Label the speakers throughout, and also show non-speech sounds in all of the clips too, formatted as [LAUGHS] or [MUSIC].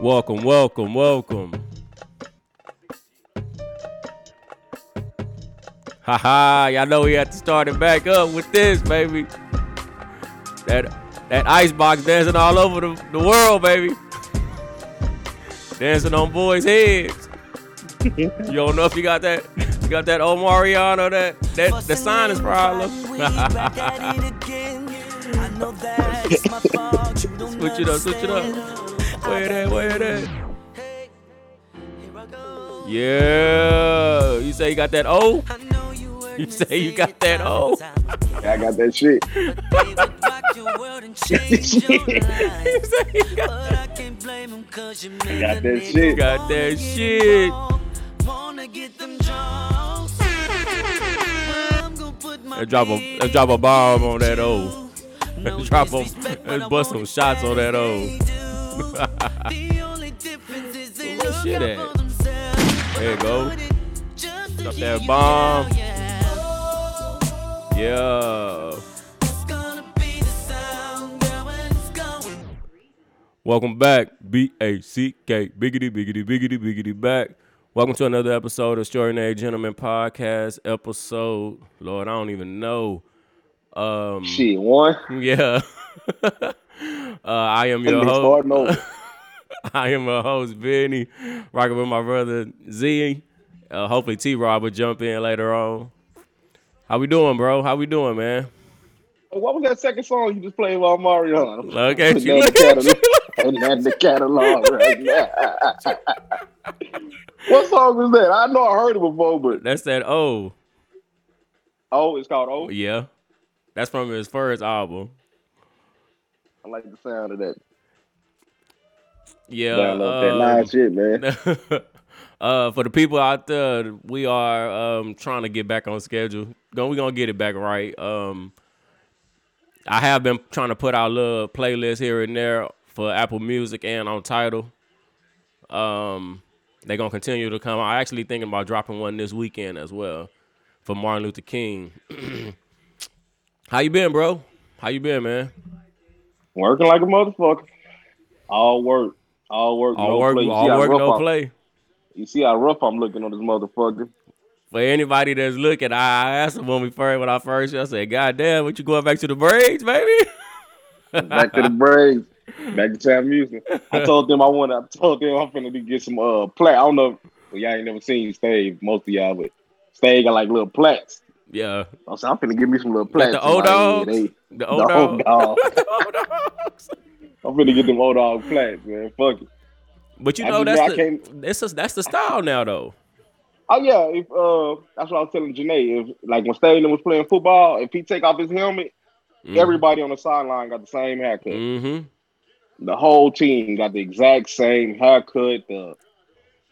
Speaker 1: Welcome, welcome, welcome. Haha, y'all know we had to start it back up with this, baby. That that icebox dancing all over the, the world, baby. Dancing on boys' heads. you don't know if you got that you got that Omarion or that that [LAUGHS] the sinus problem. [LAUGHS]
Speaker 2: switch
Speaker 1: Switch it up, switch it up. Where that, where that? Yeah. You say you got that O?
Speaker 2: You say you got that O.
Speaker 3: Yeah, I got that shit. [LAUGHS]
Speaker 1: You say you got
Speaker 3: I got that
Speaker 2: You
Speaker 3: shit.
Speaker 2: got that shit.
Speaker 1: Let's drop a let's drop a bomb on that O. [LAUGHS] Let's drop a let's bust some shots on that O. [LAUGHS]
Speaker 2: Where
Speaker 1: shit
Speaker 2: shit
Speaker 1: at?
Speaker 2: at?
Speaker 1: There you go.
Speaker 2: Drop
Speaker 1: that
Speaker 2: that
Speaker 1: bomb.
Speaker 2: bomb.
Speaker 1: Yeah. Welcome back, B A C K, biggity, biggity, biggity, biggity, back. Welcome to another episode of Extraordinary Gentlemen Podcast. Episode, Lord, I don't even know. Um,
Speaker 3: Shit, one.
Speaker 1: yeah. [LAUGHS] uh, I am your
Speaker 3: Nigga
Speaker 1: host. [LAUGHS]
Speaker 3: starting over.
Speaker 1: I am your host, Vinny, rocking with my brother Z. Uh, hopefully, T Rob will jump in later on. How we doing, bro? How we doing, man?
Speaker 3: What was that second song you just played about Mario?
Speaker 1: Look [LAUGHS] at you,
Speaker 3: Putting that
Speaker 1: look at you,
Speaker 3: And that's the catalog right now. what song was that? I know I heard it before, but
Speaker 1: That's that O.
Speaker 3: oh, it's called Oh.
Speaker 1: Yeah. That's from his first album.
Speaker 3: I like the sound of that.
Speaker 1: Yeah.
Speaker 3: I love that
Speaker 1: um,
Speaker 3: live shit, man.
Speaker 1: [LAUGHS] uh, for the people out there, we are um, trying to get back on schedule. Going, we gonna get it back right. Um, I have been trying to put out little playlists here and there for Apple Music and on Title. Um, they're gonna continue to come. I'm actually thinking about dropping one this weekend as well for Martin Luther King. [CLEARS THROAT] How you been, bro? How you been, man?
Speaker 3: Working like a motherfucker. All work. All work.
Speaker 1: All
Speaker 3: no
Speaker 1: work,
Speaker 3: play. You
Speaker 1: all
Speaker 3: see how
Speaker 1: work,
Speaker 3: rough
Speaker 1: no
Speaker 3: I'm-
Speaker 1: play.
Speaker 3: You see how rough I'm looking on this motherfucker.
Speaker 1: for anybody that's looking, I I asked him when we first when I first I said, God damn, what you going back to the braids, baby?
Speaker 3: Back to the braids. Back to trap music. I told them I want. I told them I'm finna be get some uh plat. I don't know. If, well, y'all ain't never seen Stave. Most of y'all, but Stave got like little plaques.
Speaker 1: [LAUGHS] Yeah.
Speaker 3: I said I'm finna give me some little plaques.
Speaker 1: the old
Speaker 3: Somebody,
Speaker 1: dogs?
Speaker 3: yeah,
Speaker 1: The
Speaker 3: they-
Speaker 1: old
Speaker 3: the old
Speaker 1: dog.
Speaker 3: dog.
Speaker 1: [LAUGHS] The old dogs.
Speaker 3: I'm finna get them old dog plaques, man. Fuck it.
Speaker 1: But you
Speaker 3: I
Speaker 1: know
Speaker 3: just-
Speaker 1: that's the
Speaker 3: I can't-
Speaker 1: that's the, that's the style now though.
Speaker 3: Oh yeah. If uh, that's what I was telling Janae. If like when Stave was playing football, if he take off his helmet,
Speaker 1: Mm.
Speaker 3: everybody on the sideline got the same haircut.
Speaker 1: Mm-hmm.
Speaker 3: the whole team got the exact same haircut, the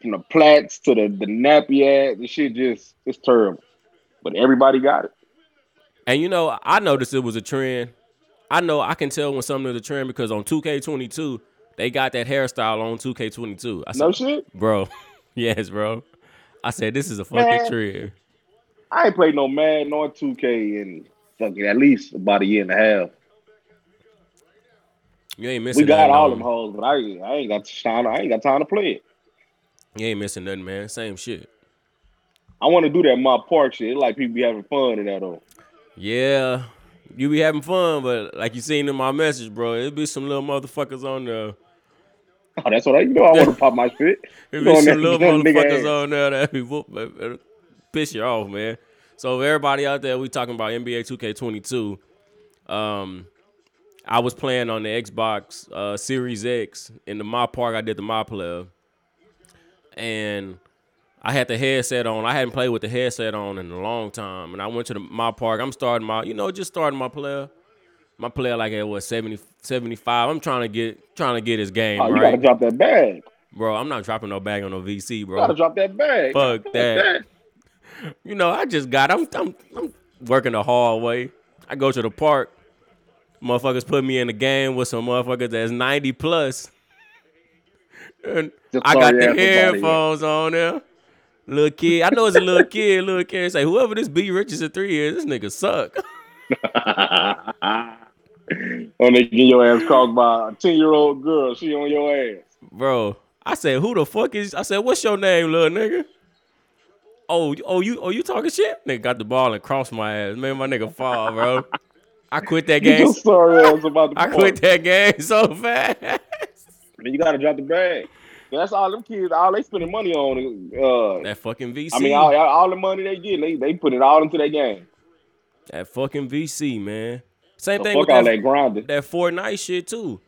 Speaker 3: from the plaits to the, the nappy ass. The shit just it's terrible. But everybody got it.
Speaker 1: And you know, I noticed it was a trend. I know I can tell when something's a trend because on 2K22, they got that hairstyle on 2K22. I said,
Speaker 3: No shit.
Speaker 1: bro, [LAUGHS] yes, bro. I said this is a fucking
Speaker 3: Man.
Speaker 1: trend.
Speaker 3: I ain't played no Madden nor 2K in fucking at least about a year and a half.
Speaker 1: You ain't
Speaker 3: We
Speaker 1: missing.
Speaker 3: got
Speaker 1: nothing,
Speaker 3: all
Speaker 1: though.
Speaker 3: them hoes, but I ain't- I ain't got time. I ain't got time to play it.
Speaker 1: You ain't missing nothing, man. Same shit.
Speaker 3: I want to do that my park shit. It's like people be having fun in that though. [LAUGHS]
Speaker 1: Yeah, you be having fun, but like you seen in my message, bro, it be some little motherfuckers on there.
Speaker 3: Oh, that's what I you know. I want
Speaker 1: [LAUGHS]
Speaker 3: to pop my shit.
Speaker 1: It
Speaker 3: Go
Speaker 1: be
Speaker 3: on
Speaker 1: some
Speaker 3: there, [LAUGHS]
Speaker 1: little
Speaker 3: go on nigga ass.
Speaker 1: motherfuckers on there that be whoop, that- that piss you off, man. So everybody out there, we talking about NBA 2K22. Um, I was playing on the Xbox uh, Series X in the my park. I did the my play, and I had the headset on. I hadn't played with the headset on in a long time, and I went to the my park. I'm starting my, you know, just starting my player. My player like at what 70, 75. I'm trying to get trying to get his game
Speaker 3: Oh, you gotta
Speaker 1: right,
Speaker 3: drop that bag.
Speaker 1: bro. I'm not dropping no bag on no VC, bro
Speaker 3: You gotta drop that bag.
Speaker 1: Fuck that. you know, I just got I'm I'm, I'm working the hard way. I go to the park. Motherfuckers put me in the game with some motherfuckers that's 90 plus. And
Speaker 3: Just
Speaker 1: I got
Speaker 3: sorry
Speaker 1: the
Speaker 3: ass nobody.
Speaker 1: headphones on there. Little kid. I know it's a little kid, little kid. Say, whoever this B Richardson three is, this nigga suck. [LAUGHS]
Speaker 3: when they get your ass caught by a 10 year old girl, she on your ass.
Speaker 1: bro. I said, who the fuck is? I said, what's your name, little nigga? Oh, you- oh, you, oh, you talking shit? Nigga got the ball and crossed my ass, made my nigga fall, bro. I quit that
Speaker 3: [LAUGHS] You
Speaker 1: game.
Speaker 3: just sorry ass about [LAUGHS]
Speaker 1: [LAUGHS]
Speaker 3: the
Speaker 1: I quit that game so fast. [LAUGHS]
Speaker 3: Man, you gotta drop the bag. That's all them kids. All they spending money on. is, Uh,
Speaker 1: That fucking VC.
Speaker 3: I mean, all, all the money they get, they they put it all into that game.
Speaker 1: that fucking VC, man. Same
Speaker 3: So
Speaker 1: thing with
Speaker 3: fuck all
Speaker 1: that,
Speaker 3: that
Speaker 1: that,
Speaker 3: grinding.
Speaker 1: Fortnite shit too.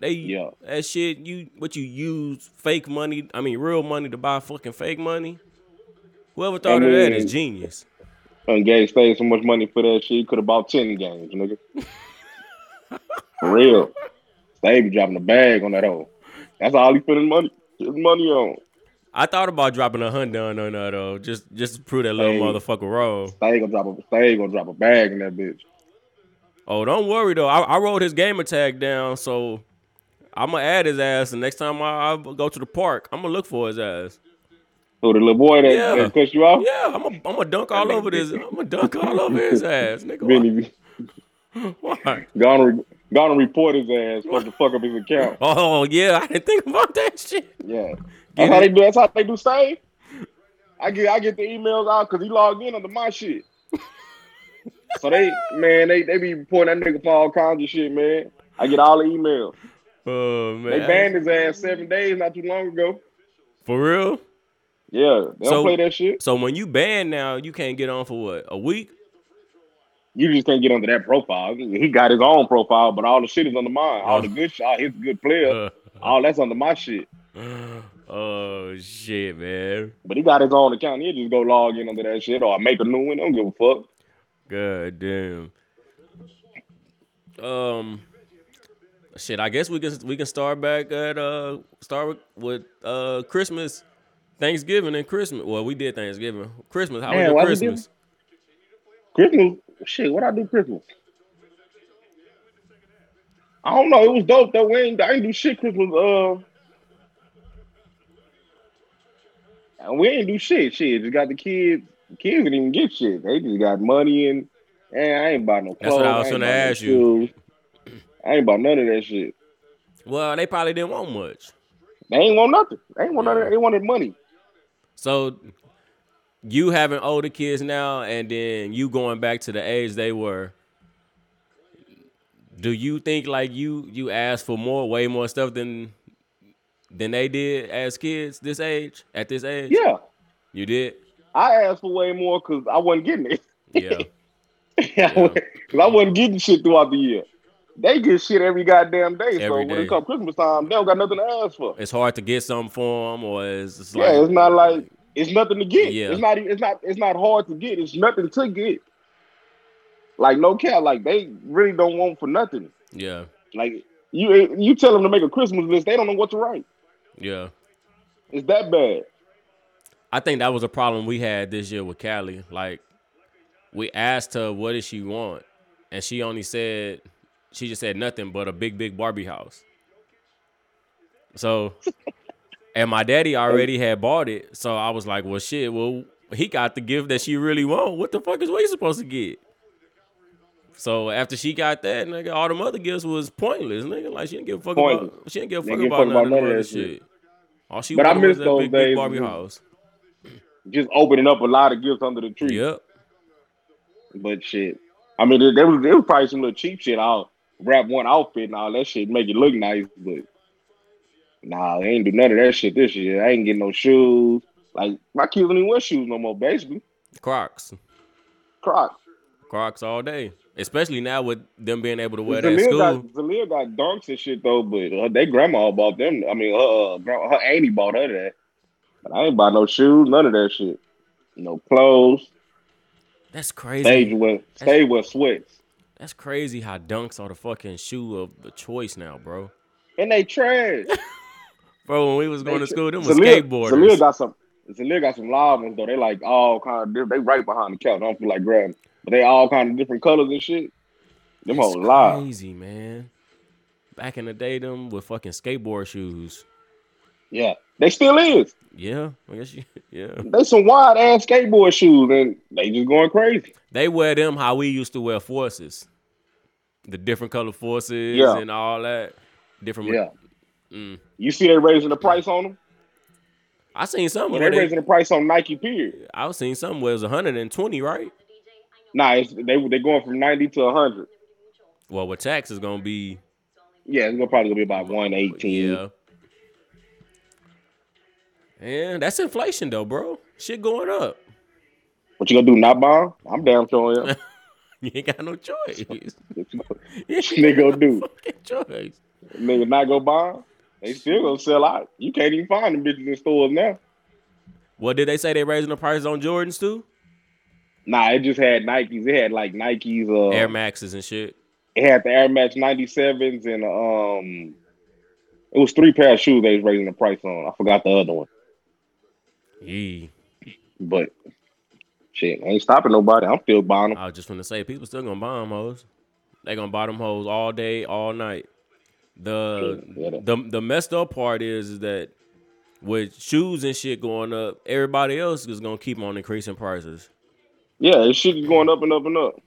Speaker 1: They
Speaker 3: Yeah.
Speaker 1: that shit you what you use fake money. I mean, real money to buy fucking fake money. Whoever thought of that is
Speaker 3: mean-
Speaker 1: genius.
Speaker 3: And Gabe paid so much money for that shit. He could have bought ten games,
Speaker 1: [LAUGHS]
Speaker 3: nigga. for real, they be dropping the bag on that hoe. That's all he spending money his money on.
Speaker 1: I thought about dropping a Honda on her though, just just to prove that little
Speaker 3: Hey.
Speaker 1: motherfucker wrong.
Speaker 3: They gonna drop a they gonna drop a bag in that bitch.
Speaker 1: Oh, don't worry though. I, I rolled his gamer tag down, so I'm gonna add his ass. And next time I, I go to the park, I'm gonna look for his ass.
Speaker 3: So the little boy that,
Speaker 1: Yeah.
Speaker 3: that cussed you off,
Speaker 1: Yeah, I'm gonna I'm dunk all over this. I'm gonna dunk all over his ass,
Speaker 3: [LAUGHS]
Speaker 1: nigga. why-
Speaker 3: Vinny,
Speaker 1: Why?
Speaker 3: gone re- gone and report his ass. Supposed to fuck up his account.
Speaker 1: Oh yeah, I didn't think about that shit.
Speaker 3: [LAUGHS] Yeah.
Speaker 1: Get
Speaker 3: That's how
Speaker 1: it.
Speaker 3: they do. That's how they do save. I get I get the emails out because he logged in under my [LAUGHS] shit. so they man, they they be reporting that nigga for all kinds of shit, man. I get all the emails.
Speaker 1: Oh
Speaker 3: They
Speaker 1: man,
Speaker 3: banned his ass seven days not too long ago.
Speaker 1: for real.
Speaker 3: Yeah, they
Speaker 1: So-
Speaker 3: don't play that shit.
Speaker 1: So when you banned now, you can't get on for what a week.
Speaker 3: You just can't get under that profile. He got his own profile, but all the shit is under mine. All the good shit, all his good player,
Speaker 1: Uh,
Speaker 3: all that's under my shit.
Speaker 1: [LAUGHS] oh shit, man.
Speaker 3: But he got his own account. He'll just go log in under that shit or make a new one. I don't give a fuck.
Speaker 1: God damn. Um, shit. I guess we can we can start back at uh start with, with uh Christmas, Thanksgiving, and Christmas. Well, we did Thanksgiving, Christmas. How was
Speaker 3: Man, why
Speaker 1: your
Speaker 3: we did-
Speaker 1: Christmas?
Speaker 3: Christmas, shit, what I do Christmas? I don't know. It was dope though. We ain't, I ain't do shit Christmas. Uh, and we ain't do shit. Shit, just got the kids. The kids didn't even get shit. They just got money and and I ain't bought no clothes.
Speaker 1: That's what I was
Speaker 3: ain't
Speaker 1: gonna
Speaker 3: bought no
Speaker 1: ask you.
Speaker 3: shoes. I ain't bought none of that shit.
Speaker 1: Well, they probably didn't want much.
Speaker 3: They ain't want nothing. They ain't want nothing. They wanted money.
Speaker 1: So you having older kids now and then you going back to the age they were. Do you think like you you asked for more, way more stuff than than they did as kids this age? At this age?
Speaker 3: Yeah,
Speaker 1: You
Speaker 3: [LAUGHS]
Speaker 1: did?
Speaker 3: I asked for way more because I wasn't getting it.
Speaker 1: Yeah.
Speaker 3: [LAUGHS] Because I wasn't getting shit throughout the year. They get shit every goddamn day. so
Speaker 1: Every
Speaker 3: when
Speaker 1: day.
Speaker 3: it comes Christmas time, they don't got nothing to ask for.
Speaker 1: it's hard to get something for them or it's, it's
Speaker 3: yeah,
Speaker 1: like
Speaker 3: it's not like it's nothing to get.
Speaker 1: Yeah.
Speaker 3: It's not. e, It's not. It's not hard to get. It's nothing to get. Like no cap. Like they really don't want for nothing.
Speaker 1: Yeah.
Speaker 3: Like you, you tell them to make a Christmas list. They don't know what to write.
Speaker 1: Yeah.
Speaker 3: It's that bad.
Speaker 1: I think that was a problem we had this year with Callie. Like, we asked her what does she want, and she only said she just said nothing but a big, big Barbie house.
Speaker 3: [LAUGHS]
Speaker 1: So, and my daddy already had bought it, so I was like, well, shit, well, he got the gift that she really want. What the fuck is we supposed to get? So after she got that, nigga, all them other gifts was pointless, nigga. Like she didn't give a fuck about
Speaker 3: Pointless.
Speaker 1: she didn't give a fuck
Speaker 3: Didn't give a
Speaker 1: about,
Speaker 3: fuck
Speaker 1: none
Speaker 3: about
Speaker 1: of
Speaker 3: none
Speaker 1: that
Speaker 3: of that
Speaker 1: shit. All she
Speaker 3: But I
Speaker 1: wanted was
Speaker 3: miss
Speaker 1: that
Speaker 3: those
Speaker 1: big, big
Speaker 3: days,
Speaker 1: Barbie
Speaker 3: man.
Speaker 1: house.
Speaker 3: Just opening up a lot of gifts under the tree.
Speaker 1: Yep.
Speaker 3: But shit, I mean, there there was there was probably some little cheap shit. I'll wrap one outfit and all that shit, make it look nice. But nah, I ain't do none of that shit this year. I ain't getting no shoes. Like my kids don't even wear shoes no more. Basically,
Speaker 1: Crocs.
Speaker 3: Crocs.
Speaker 1: Crocs all day. Especially now with them being able to wear that at
Speaker 3: Zalia got
Speaker 1: school.
Speaker 3: Zalia got dunks and shit though, but uh, they grandma bought them. I mean, her uh, grandma, her auntie bought her that. But I ain't buy no shoes, none of that shit. No clothes.
Speaker 1: That's crazy.
Speaker 3: Stage with stay with sweats.
Speaker 1: That's crazy how dunks are the fucking shoe of the choice now, bro.
Speaker 3: And they trash.
Speaker 1: Bro, when we was going to school, them was
Speaker 3: Zalia- Zalia
Speaker 1: skateboarders.
Speaker 3: got some. Zalia got some live ones though. They like all kind of different. They right behind the couch. I don't feel like grabbing, but they all kind of different colors and shit. Them
Speaker 1: That's
Speaker 3: whole live.
Speaker 1: crazy, man. Back in the day, them with fucking skateboard shoes.
Speaker 3: Yeah, they still is.
Speaker 1: Yeah, I guess you, [LAUGHS] yeah.
Speaker 3: They some wide ass skateboard shoes, and they just going crazy.
Speaker 1: They wear them how we used to wear forces, the different color forces
Speaker 3: Yeah.
Speaker 1: and all that. Different,
Speaker 3: Yeah,
Speaker 1: Mm.
Speaker 3: You see they raising the price on them?
Speaker 1: I seen something
Speaker 3: they
Speaker 1: where they,
Speaker 3: raising the price on Nike period.
Speaker 1: I was seen something where it was 120, right?
Speaker 3: Nah, it's, they they going from ninety to hundred.
Speaker 1: Well, with tax is gonna be
Speaker 3: Yeah, it's gonna probably gonna be about one eighteen.
Speaker 1: yeah. And that's inflation though, bro. Shit going up. [LAUGHS]
Speaker 3: What you gonna do? Not buy? 'em? I'm damn sure. yeah.
Speaker 1: You ain't got no choice. [LAUGHS]
Speaker 3: They gonna do.
Speaker 1: Fucking choice.
Speaker 3: Nigga, not go buy. 'em? They still gonna sell out. You can't even find them bitches in stores now.
Speaker 1: Well, did they say they raising the prices on Jordans too?
Speaker 3: Nah, it just had Nikes. It had like Nikes. Uh,
Speaker 1: Air Maxes and shit.
Speaker 3: it had the Air Max 97s and um, it was three pair of shoes they was raising the price on. I forgot the other one,
Speaker 1: Yee.
Speaker 3: but shit, I ain't stopping nobody. I'm still buying them.
Speaker 1: I was just gonna say people still gonna buy them hoes. They gonna buy them hoes all day, all night. The
Speaker 3: Yeah, yeah.
Speaker 1: the the messed up part is, is that with shoes and shit going up, everybody else is gonna keep on increasing prices.
Speaker 3: Yeah, this shit is going up and up and up.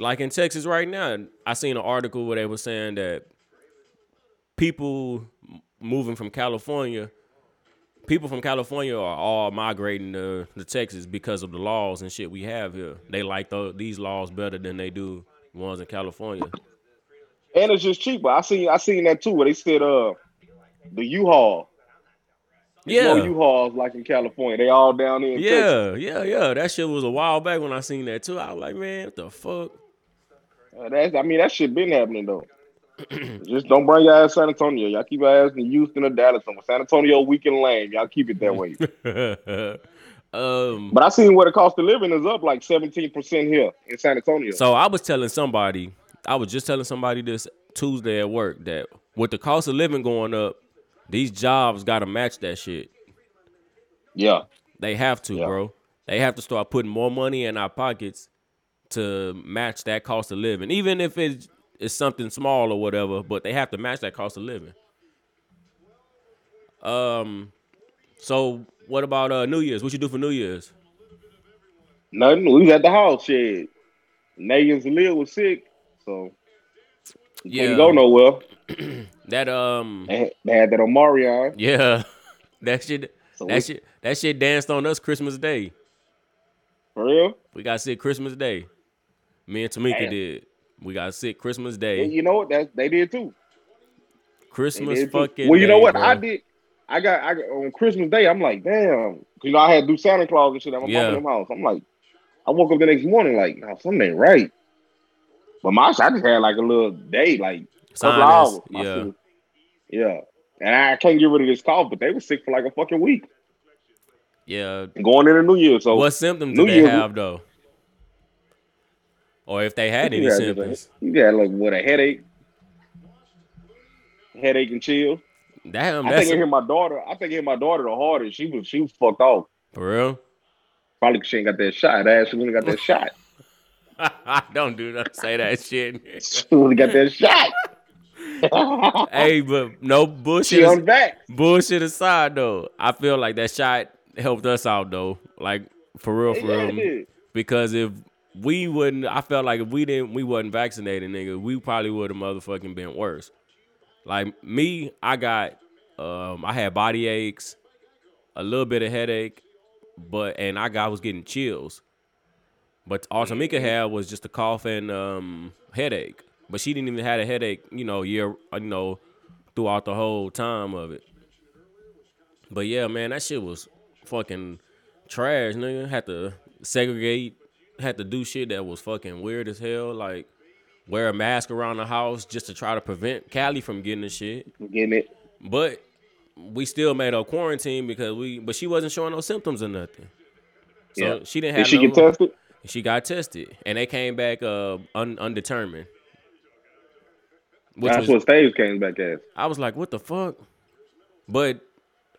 Speaker 1: Like in Texas right now, I seen an article where they were saying that people m- moving from California, people from California are all migrating to, to Texas because of the laws and shit we have here. They like tho- these laws better than they do ones in California.
Speaker 3: And it's just cheaper. I seen I seen that too, where they said uh the U-Haul.
Speaker 1: Yeah.
Speaker 3: No U-Hauls like in California. They all down there in Texas.
Speaker 1: Yeah, yeah, yeah. That shit was a while back when I seen that too. I was like, man, what the fuck?
Speaker 3: Uh, that's I mean that shit been happening though. Just don't bring your ass San Antonio. Y'all keep your ass in Houston or Dallas somewhere. San Antonio weekend lane. Y'all keep it that way.
Speaker 1: um,
Speaker 3: But I seen where the cost of living is up like seventeen percent here in San Antonio.
Speaker 1: so I was telling somebody, I was just telling somebody this Tuesday at work that with the cost of living going up, these jobs gotta match that shit.
Speaker 3: yeah,
Speaker 1: They have to,
Speaker 3: Yeah.
Speaker 1: bro. They have to start putting more money in our pockets to match that cost of living, even if it's it's something small or whatever. But they have to match that cost of living. Um, so what about uh New Year's? What you do for New Year's?
Speaker 3: nothing. We was at the house. Shit, Nagan's Lil was sick, so didn't go nowhere.
Speaker 1: that um,
Speaker 3: They had, they had that Omarion.
Speaker 1: yeah, [LAUGHS] that shit,
Speaker 3: So we-
Speaker 1: that shit, that shit danced on us Christmas Day.
Speaker 3: For real?
Speaker 1: We got sick Christmas Day. Me and Tamika
Speaker 3: Damn.
Speaker 1: did. We got sick Christmas
Speaker 3: Yeah,
Speaker 1: Day.
Speaker 3: you know what? That they did too. They
Speaker 1: Christmas
Speaker 3: did too.
Speaker 1: fucking.
Speaker 3: Well, you know
Speaker 1: Day,
Speaker 3: what?
Speaker 1: bro.
Speaker 3: I did. I got, I got on Christmas Day. I'm like, damn, 'Cause, you know I had to do Santa Claus and shit at my
Speaker 1: Yeah.
Speaker 3: mama's house. I'm like, I woke up the next morning like, nah, something ain't right. But my, I just had like a little day, like couple
Speaker 1: Sinus,
Speaker 3: hours. My
Speaker 1: yeah.
Speaker 3: shit- yeah. And I can't get rid of this cough, but they were sick for like a fucking week
Speaker 1: Yeah.
Speaker 3: going into New Year. So
Speaker 1: What symptoms
Speaker 3: New
Speaker 1: do they
Speaker 3: Year, we-
Speaker 1: have though? Or if they had any
Speaker 3: you had,
Speaker 1: symptoms.
Speaker 3: you had like what a headache, headache and chill.
Speaker 1: Damn,
Speaker 3: I
Speaker 1: that's
Speaker 3: think it hit my daughter. I think it hit my daughter the hardest. She was she was fucked off.
Speaker 1: for real. [LAUGHS]
Speaker 3: Probably 'cause she ain't got that shot. Ass, she wouldn't got that shot.
Speaker 1: Don't do that. Say that shit.
Speaker 3: She wouldn't got that
Speaker 1: [LAUGHS]
Speaker 3: shot.
Speaker 1: hey, but no bullshit.
Speaker 3: she on
Speaker 1: as-
Speaker 3: back.
Speaker 1: Bullshit aside though, I feel like that shot helped us out though. Like for real, for
Speaker 3: Yeah, it
Speaker 1: real.
Speaker 3: did.
Speaker 1: Because if we wouldn't, I felt like if we didn't, we wasn't vaccinated, nigga, we probably would have motherfucking been worse. Like me, I got, um, I had body aches, a little bit of headache, but and I got I was getting chills. But all Tamika had was just a cough and um, headache. But she didn't even had a headache, you know, year, uh, you know, throughout the whole time of it. But yeah, man, that shit was fucking trash, nigga. Had to segregate, had to do shit that was fucking weird as hell. Like wear a mask around the house just to try to prevent Callie from getting the shit.
Speaker 3: I'm getting it.
Speaker 1: But we still made her quarantine because we, but she wasn't showing no symptoms or nothing. So
Speaker 3: Yeah.
Speaker 1: she didn't have.
Speaker 3: Did she
Speaker 1: no,
Speaker 3: get tested?
Speaker 1: She got tested, and they came back uh un, undetermined. Which
Speaker 3: That's
Speaker 1: was,
Speaker 3: what Staves came back as.
Speaker 1: I was like, what the fuck? But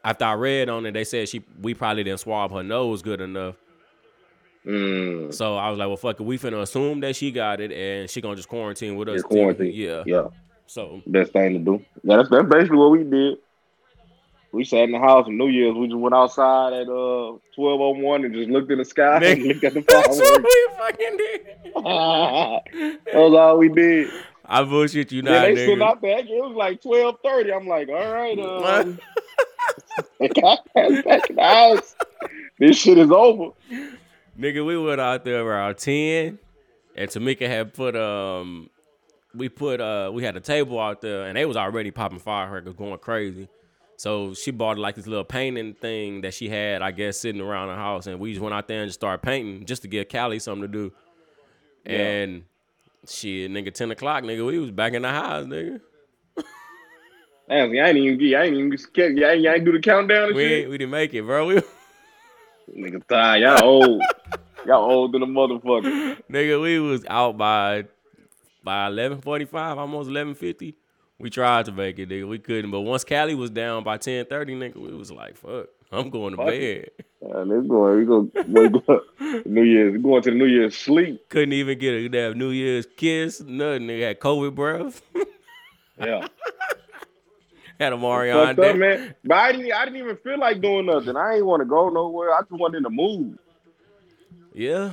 Speaker 1: after I read on it, they said she we probably didn't swab her nose good enough.
Speaker 3: Mm,
Speaker 1: So I was like, well, fuck it, we finna assume that she got it, and she gonna just quarantine with us.
Speaker 3: your
Speaker 1: till-
Speaker 3: quarantine.
Speaker 1: Yeah.
Speaker 3: Yeah.
Speaker 1: So
Speaker 3: [LAUGHS] Best thing to do. Yeah, that's, that's basically what we did. We sat in the house on New Year's. We just went outside at uh twelve oh one and just looked in the sky and
Speaker 1: Nigga, [LAUGHS]
Speaker 3: looked at the
Speaker 1: that's what
Speaker 3: fireworks.
Speaker 1: we fucking did.
Speaker 3: that was all we did.
Speaker 1: I bullshit you
Speaker 3: yeah,
Speaker 1: not,
Speaker 3: they
Speaker 1: nigga. [LAUGHS]
Speaker 3: sent out that. It was like twelve thirty. I'm like, all right, um, I got back in the house. This shit is over.
Speaker 1: Nigga, we went out there around ten, and Tamika had put um, we put uh, we had a table out there, and they was already popping firecrackers, going crazy. So she bought like this little painting thing that she had, I guess, sitting around her house, and we just went out there and just started painting just to give Callie something to do.
Speaker 3: Yeah.
Speaker 1: And shit, nigga, ten o'clock, nigga, we was back in the house, nigga.
Speaker 3: Honestly, I ain't even get. I ain't even scared. I ain't, I ain't do the countdown and
Speaker 1: We
Speaker 3: Oh, shit.
Speaker 1: ain't- we didn't make it, bro. We,
Speaker 3: Nigga, die. Y'all old. y'all old than a motherfucker.
Speaker 1: nigga, we was out by by eleven forty five, almost eleven fifty. We tried to make it, nigga. We couldn't. But once Cali was down by ten thirty, nigga, we was like, fuck, I'm going to
Speaker 3: Fuck
Speaker 1: bed. [LAUGHS]
Speaker 3: Uh, let's go. We go. We go. New Year's. Going to the New Year's sleep.
Speaker 1: Couldn't even get a damn New Year's kiss, nothing. Nigga had COVID breath.
Speaker 3: Yeah.
Speaker 1: [LAUGHS] had a Marion
Speaker 3: Fucked
Speaker 1: day.
Speaker 3: up, man. But I didn't. I didn't even feel like doing nothing. I ain't want to go nowhere. I just wanted in the mood.
Speaker 1: Yeah.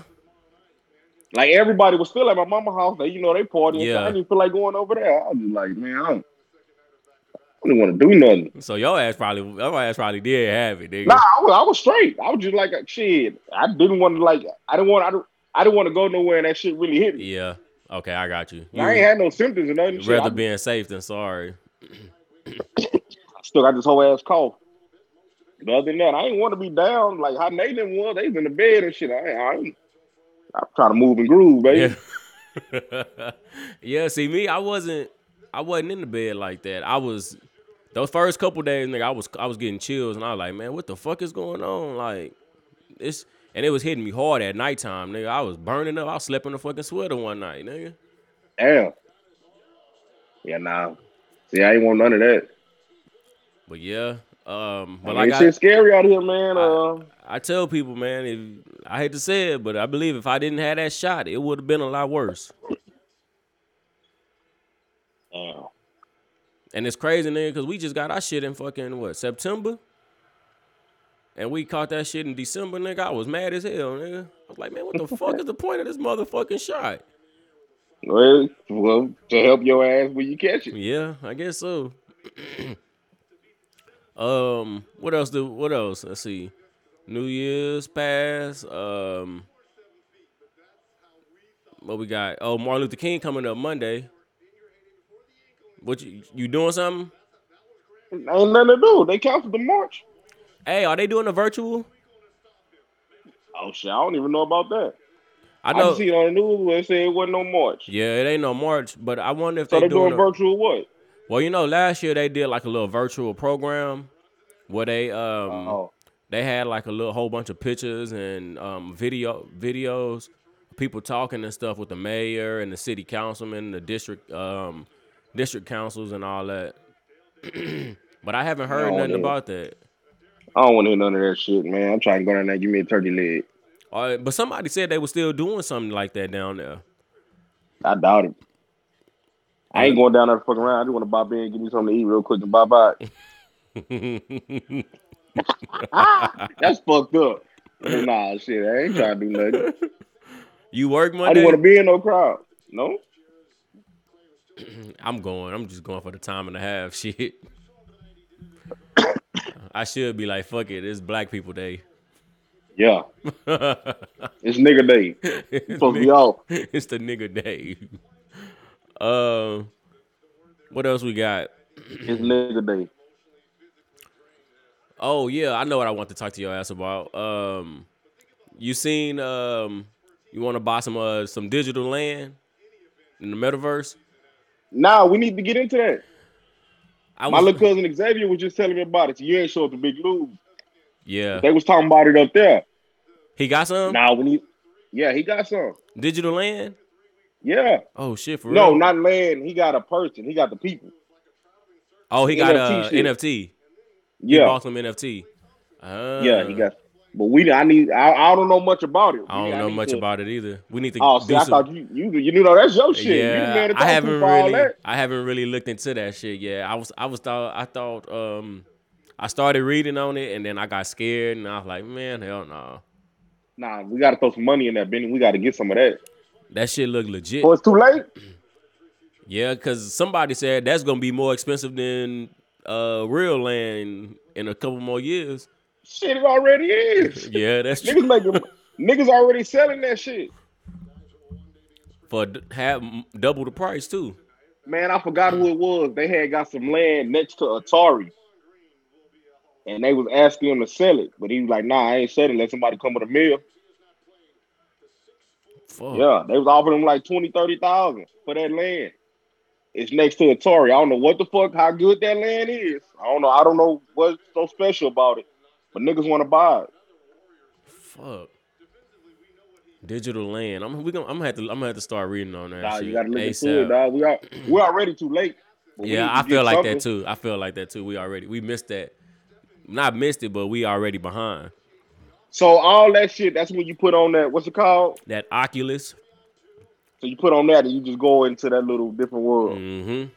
Speaker 3: Like everybody was still at my mama house. They, you know, they partying.
Speaker 1: Yeah.
Speaker 3: So I didn't even feel like going over there. I was just like, man, I don't. I didn't want to do nothing.
Speaker 1: So your ass probably your ass probably did have it, nigga.
Speaker 3: Nah, I was, I was straight. I was just like, uh, shit. I didn't want to like. I didn't want. I don't. I didn't want to go nowhere, and that shit really hit me.
Speaker 1: Yeah. Okay, I got you.
Speaker 3: I ain't
Speaker 1: you
Speaker 3: had no symptoms or nothing. Shit. I,
Speaker 1: rather being safe than sorry.
Speaker 3: still got this whole ass cough. But other than that, I ain't want to be down like how Nathan was. They was in the bed and shit. I, I, I'm trying to move and groove, baby.
Speaker 1: Yeah. yeah, [LAUGHS] see me, I wasn't I wasn't in the bed like that. I was those first couple days, nigga, I was I was getting chills and I was like, man, what the fuck is going on? Like it's and it was hitting me hard at nighttime, nigga. I was burning up. I slept in a fucking sweater one night, nigga.
Speaker 3: Damn. Yeah, nah. See, I ain't want none of that.
Speaker 1: But yeah. Um but
Speaker 3: I mean,
Speaker 1: like I,
Speaker 3: shit scary out here, man. Uh,
Speaker 1: I tell people, man, if, I hate to say it, but I believe if I didn't have that shot, it would have been a lot worse.
Speaker 3: damn.
Speaker 1: And it's crazy, nigga, because we just got our shit in fucking what September, and we caught that shit in December, nigga. I was mad as hell, nigga. I was like, man, what the fuck is the point of this motherfucking shot?
Speaker 3: Well, well, to help your ass when you catch it.
Speaker 1: Yeah, I guess so. [CLEARS THROAT] um, what else? Do what else? Let's see. New Year's pass. Um, what we got? Oh, Martin Luther King coming up Monday. What you you doing something?
Speaker 3: Ain't nothing to do. They canceled the march.
Speaker 1: Hey, are they doing a virtual?
Speaker 3: Oh shit, I don't even know about that.
Speaker 1: I
Speaker 3: I,
Speaker 1: know.
Speaker 3: just seen on the news where it said it wasn't no march.
Speaker 1: Yeah, it ain't no March, but I wonder if
Speaker 3: so
Speaker 1: they
Speaker 3: they're
Speaker 1: doing.
Speaker 3: doing
Speaker 1: a-
Speaker 3: virtual what?
Speaker 1: well, you know, last year they did like a little virtual program where they um
Speaker 3: Oh,
Speaker 1: they had like a little whole bunch of pictures and um video videos, people talking and stuff with the mayor and the city councilman, the district um district councils and all that. [CLEARS THROAT] but I haven't heard
Speaker 3: No,
Speaker 1: nothing
Speaker 3: dude.
Speaker 1: about that.
Speaker 3: I don't want to hear none of that shit, man. I'm trying to go down there and give me a turkey leg.
Speaker 1: All right, but somebody said they were still doing something like that down there. [LAUGHS]
Speaker 3: I doubt it. I ain't going down there to fuck around. I just want to bop in, and give me something to eat real quick, and bye bye.
Speaker 1: [LAUGHS]
Speaker 3: That's fucked up. Nah, shit, I ain't trying to do
Speaker 1: [LAUGHS]
Speaker 3: nothing.
Speaker 1: you work
Speaker 3: I didn't
Speaker 1: Monday?
Speaker 3: want to be in no crowd. No,
Speaker 1: I'm going. I'm just going for the time and a half [LAUGHS] shit. I should be like, fuck it, it's Black People Day. [LAUGHS]
Speaker 3: yeah,
Speaker 1: it's,
Speaker 3: it's nigga day. Supposed to be
Speaker 1: nigga-
Speaker 3: off.
Speaker 1: [LAUGHS] it's the nigga day. Um, what else we got?
Speaker 3: It's nigga day.
Speaker 1: Oh yeah, I know what I want to talk to your ass about. Um, you seen um, you want to buy some uh some digital land in the metaverse?
Speaker 3: Nah, we need to get into that.
Speaker 1: I
Speaker 3: My
Speaker 1: was-
Speaker 3: little cousin Xavier was just telling me about it. So you ain't show up to Big Lou.
Speaker 1: yeah,
Speaker 3: They was talking about it up there.
Speaker 1: he got some
Speaker 3: Nah, when he, yeah, he got some.
Speaker 1: digital land.
Speaker 3: Yeah,
Speaker 1: Oh shit, for
Speaker 3: no,
Speaker 1: real?
Speaker 3: not land. He got a person. He got the people.
Speaker 1: Oh, he got
Speaker 3: NFT
Speaker 1: uh,
Speaker 3: shit.
Speaker 1: NFT. He
Speaker 3: Yeah,
Speaker 1: bought some NFT. Uh,
Speaker 3: yeah, he got. But we, I need. I, I don't know much about it.
Speaker 1: I don't
Speaker 3: We-
Speaker 1: know
Speaker 3: need
Speaker 1: much
Speaker 3: to-
Speaker 1: about it either. We need to
Speaker 3: Oh, see,
Speaker 1: do
Speaker 3: I
Speaker 1: some.
Speaker 3: thought you, you, you know that's your shit. you the man
Speaker 1: yeah,
Speaker 3: that
Speaker 1: I
Speaker 3: talk
Speaker 1: haven't
Speaker 3: for all
Speaker 1: really,
Speaker 3: that.
Speaker 1: I haven't really looked into that shit yet. I was, I was thought, I thought, um, I started reading on it and then I got scared and I was like, man, hell no,
Speaker 3: Nah,
Speaker 1: [LAUGHS]
Speaker 3: we got to throw some money in there, Benny. We got to get some of that.
Speaker 1: that shit look legit.
Speaker 3: Oh, it's too late.
Speaker 1: Yeah, because somebody said that's gonna be more expensive than uh real land in a couple more years.
Speaker 3: Shit, it
Speaker 1: [LAUGHS]
Speaker 3: already is.
Speaker 1: Yeah, that's true.
Speaker 3: niggas making niggas already selling that shit.
Speaker 1: For d- have m- double the price too.
Speaker 3: Man, I forgot who it was. They had got some land next to Atari. And they was asking him to sell it, but he was like, nah, I ain't selling let somebody come with a mill.
Speaker 1: Fuck.
Speaker 3: Yeah, they was offering him like 20, 30,000 for that land. It's next to Atari. I don't know what the fuck, how good that land is. I don't know. I don't know what's so special about it. But niggas want to buy it.
Speaker 1: Fuck. Digital land. I'm we gonna I'm gonna have to I'm gonna have to start reading on that.
Speaker 3: Nah, you
Speaker 1: shit
Speaker 3: gotta look
Speaker 1: ASAP.
Speaker 3: into it, dog. We are we already too late. But we
Speaker 1: Yeah,
Speaker 3: need to
Speaker 1: I feel
Speaker 3: get
Speaker 1: like that
Speaker 3: something.
Speaker 1: too. I feel like that too. We already we missed that. Not missed it, but we already behind.
Speaker 3: So all that shit, that's when you put on that. What's it called?
Speaker 1: That Oculus.
Speaker 3: So you put on that, and you just go into that little different world.
Speaker 1: Mm-hmm.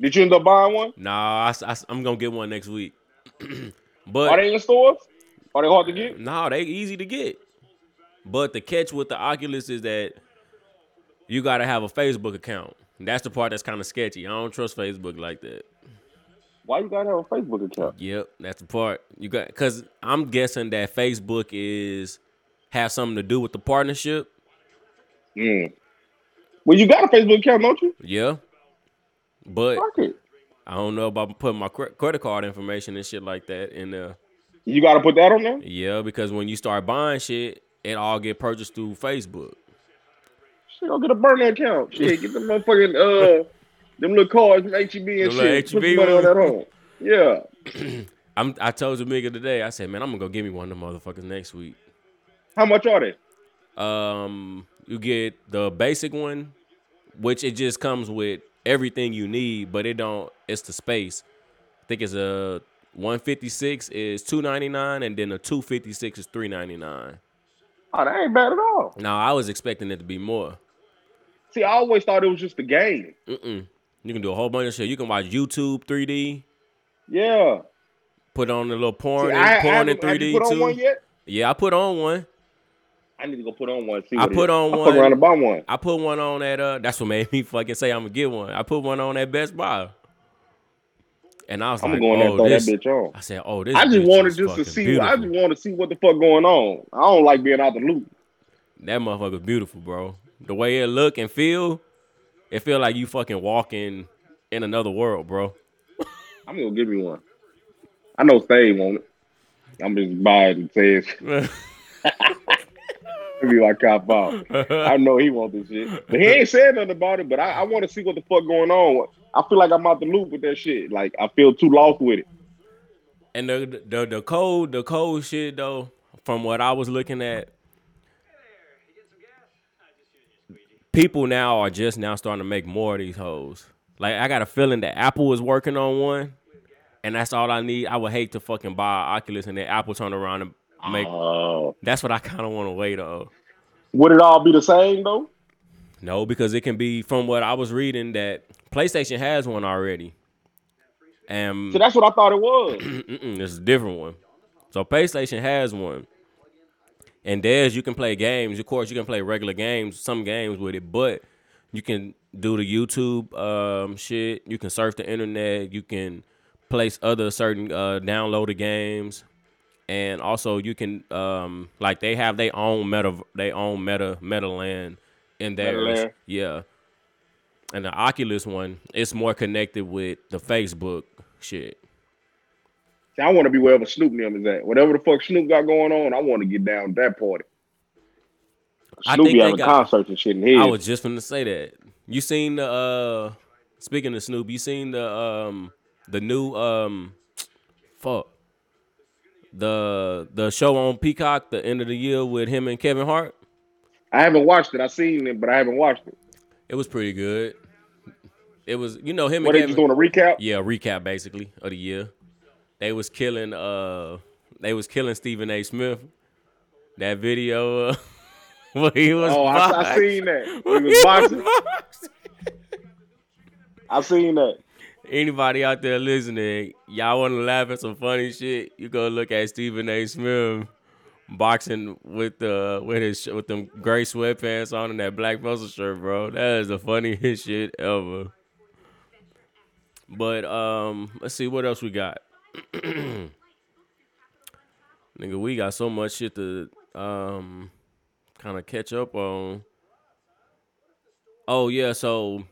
Speaker 3: Did you end up buying one?
Speaker 1: Nah, I, am gonna get one next week. [CLEARS THROAT]
Speaker 3: Are
Speaker 1: but
Speaker 3: they in stores? Are they hard to get?
Speaker 1: no, they easy to get. But the catch with the Oculus is that you gotta have a Facebook account. That's the part that's kind of sketchy. I don't trust Facebook like that.
Speaker 3: Why you gotta have a Facebook account?
Speaker 1: Yep, that's the part you got. Cause I'm guessing that Facebook is have something to do with the partnership.
Speaker 3: Mm. Well, you got a Facebook account, don't you?
Speaker 1: Yeah, but
Speaker 3: Fuck it.
Speaker 1: I don't know about putting my cre- credit card information and shit like that in there.
Speaker 3: You gotta put that on there.
Speaker 1: Yeah, because when you start buying shit, it all get purchased through Facebook.
Speaker 3: Shit, go get a burner account.
Speaker 1: [LAUGHS]
Speaker 3: Shit, get the motherfucking uh, them little cards from H E B and
Speaker 1: Them little
Speaker 3: shit. Put
Speaker 1: H-E-B
Speaker 3: some money on
Speaker 1: ones.
Speaker 3: that home. Yeah.
Speaker 1: I'm, I told the nigga today. I said, man, I'm gonna go get me one of them motherfuckers next week.
Speaker 3: How much are they?
Speaker 1: Um, you get the basic one, which it just comes with everything you need, but it don't. It's the space. I think it's a 156 is 299, and then a 256 is 399.
Speaker 3: Oh, that ain't bad at all.
Speaker 1: Now I was expecting it to be more.
Speaker 3: See, I always thought it was just a game.
Speaker 1: Mm-mm. You can do a whole bunch of shit. You can watch YouTube 3D.
Speaker 3: Yeah.
Speaker 1: Put on a little
Speaker 3: See,
Speaker 1: porn,
Speaker 3: I,
Speaker 1: and
Speaker 3: I
Speaker 1: porn in
Speaker 3: haven't- have you
Speaker 1: 3D
Speaker 3: put on
Speaker 1: too.
Speaker 3: one yet?
Speaker 1: Yeah, I put on one.
Speaker 3: I need to go put on one. See
Speaker 1: I
Speaker 3: what it
Speaker 1: put
Speaker 3: is.
Speaker 1: on
Speaker 3: I'll
Speaker 1: one.
Speaker 3: Fuck around and buy one.
Speaker 1: I put one on at uh that's what made me fucking say I'm gonna get one. I put one on at Best Buy. And I was
Speaker 3: I'm
Speaker 1: like,
Speaker 3: going there and
Speaker 1: oh,
Speaker 3: throw
Speaker 1: this,
Speaker 3: that bitch on.
Speaker 1: I said, oh, this
Speaker 3: I just
Speaker 1: bitch
Speaker 3: wanted
Speaker 1: is
Speaker 3: just to
Speaker 1: fucking
Speaker 3: see. I
Speaker 1: beautiful.
Speaker 3: just want to see what the fuck going on. I don't like being out the loop.
Speaker 1: That motherfucker beautiful, bro. The way it look and feel, it feel like you fucking walking in another world, bro.
Speaker 3: I'm gonna give you one. I know Stave want it. I'm just buying and saying
Speaker 1: [LAUGHS]
Speaker 3: it be like cop out. I know he want this shit, but he ain't said nothing about it. But I, I want to see what the fuck going on. I feel like I'm out the loop with that shit. Like I feel too lost with it.
Speaker 1: and the the the cold the cold shit though, from what I was looking at, people now are just now starting to make more of these hoes. Like I got a feeling that Apple is working on one, and that's all I need. I would hate to fucking buy an Oculus and then Apple turn around and make.
Speaker 3: Oh.
Speaker 1: That's what I kind of want to wait on.
Speaker 3: would it all be the same though?
Speaker 1: No, because it can be from what I was reading that PlayStation has one already, and
Speaker 3: So that's what I thought it was.
Speaker 1: Mm-mm, it's a different one. So PlayStation has one, and there's you can play games. Of course, you can play regular games, some games with it, but you can do the YouTube um, shit. You can surf the internet. You can place other certain uh, downloaded games, and also you can um, like they have their own meta, their own meta meta land in there.
Speaker 3: Metaland.
Speaker 1: Yeah. And the Oculus one, it's more connected with the Facebook shit.
Speaker 3: See, I want to be wherever Snoop and them is at. Whatever the fuck Snoop got going on, I want to get down to that party.
Speaker 1: I
Speaker 3: Snoop
Speaker 1: think
Speaker 3: be
Speaker 1: they
Speaker 3: having
Speaker 1: got-
Speaker 3: concerts and shit in here.
Speaker 1: I was just finna say that. You seen the uh speaking of Snoop, you seen the um the new um fuck the the show on Peacock the end of the year with him and Kevin Hart?
Speaker 3: I haven't watched it. I seen it, but I haven't watched it.
Speaker 1: It was pretty good. It was you know him
Speaker 3: What they
Speaker 1: and
Speaker 3: just
Speaker 1: Kevin
Speaker 3: doing a recap?
Speaker 1: Yeah, recap basically of the year. They was killing uh they was killing Stephen A. Smith. That video [LAUGHS] uh where he was
Speaker 3: Oh, I, I
Speaker 1: boxed.
Speaker 3: seen that.
Speaker 1: [LAUGHS]
Speaker 3: He
Speaker 1: Where
Speaker 3: was boxing.
Speaker 1: boxed.
Speaker 3: I seen that.
Speaker 1: anybody out there listening, y'all want to laugh at some funny shit, you go look at Stephen A. Smith boxing with the with his sh- with them gray sweatpants on and that black muscle shirt, bro. That is the funniest [LAUGHS] shit ever. But um, let's see what else we got. [CLEARS THROAT] Nigga, we got so much shit to um kind of catch up on. Oh yeah, so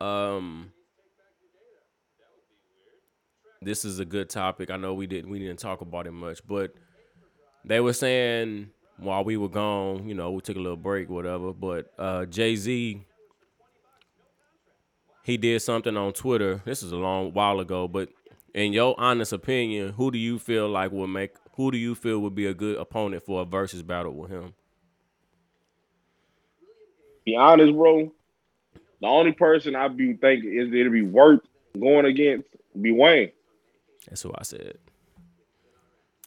Speaker 1: um this is a good topic. I know we didn't we didn't talk about it much, but they were saying while we were gone, you know, we took a little break, whatever. But uh, Jay Z, he did something on Twitter. This is a long while ago, but in your honest opinion, who do you feel like would make? Who do you feel would be a good opponent for a versus battle with him?
Speaker 3: Be honest, bro. The only person I be thinking is it'll be worth going against be Wayne.
Speaker 1: That's who I said.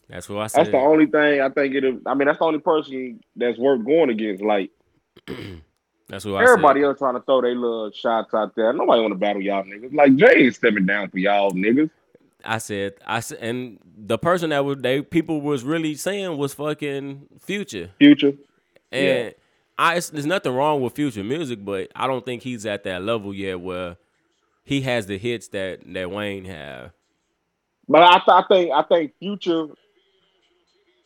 Speaker 1: That's who I said.
Speaker 3: That's the only thing I think it. I mean, that's the only person that's worth going against. Like
Speaker 1: That's who I said.
Speaker 3: everybody else trying to throw their little shots out there. Nobody want to battle y'all niggas. Like Jay ain't stepping down for y'all niggas.
Speaker 1: I said, I said, and the person that was they people was really saying was fucking Future,
Speaker 3: Future.
Speaker 1: and I it's, there's nothing wrong with Future music, but I don't think he's at that level yet where he has the hits that that Wayne have.
Speaker 3: But I, th- I think I think Future.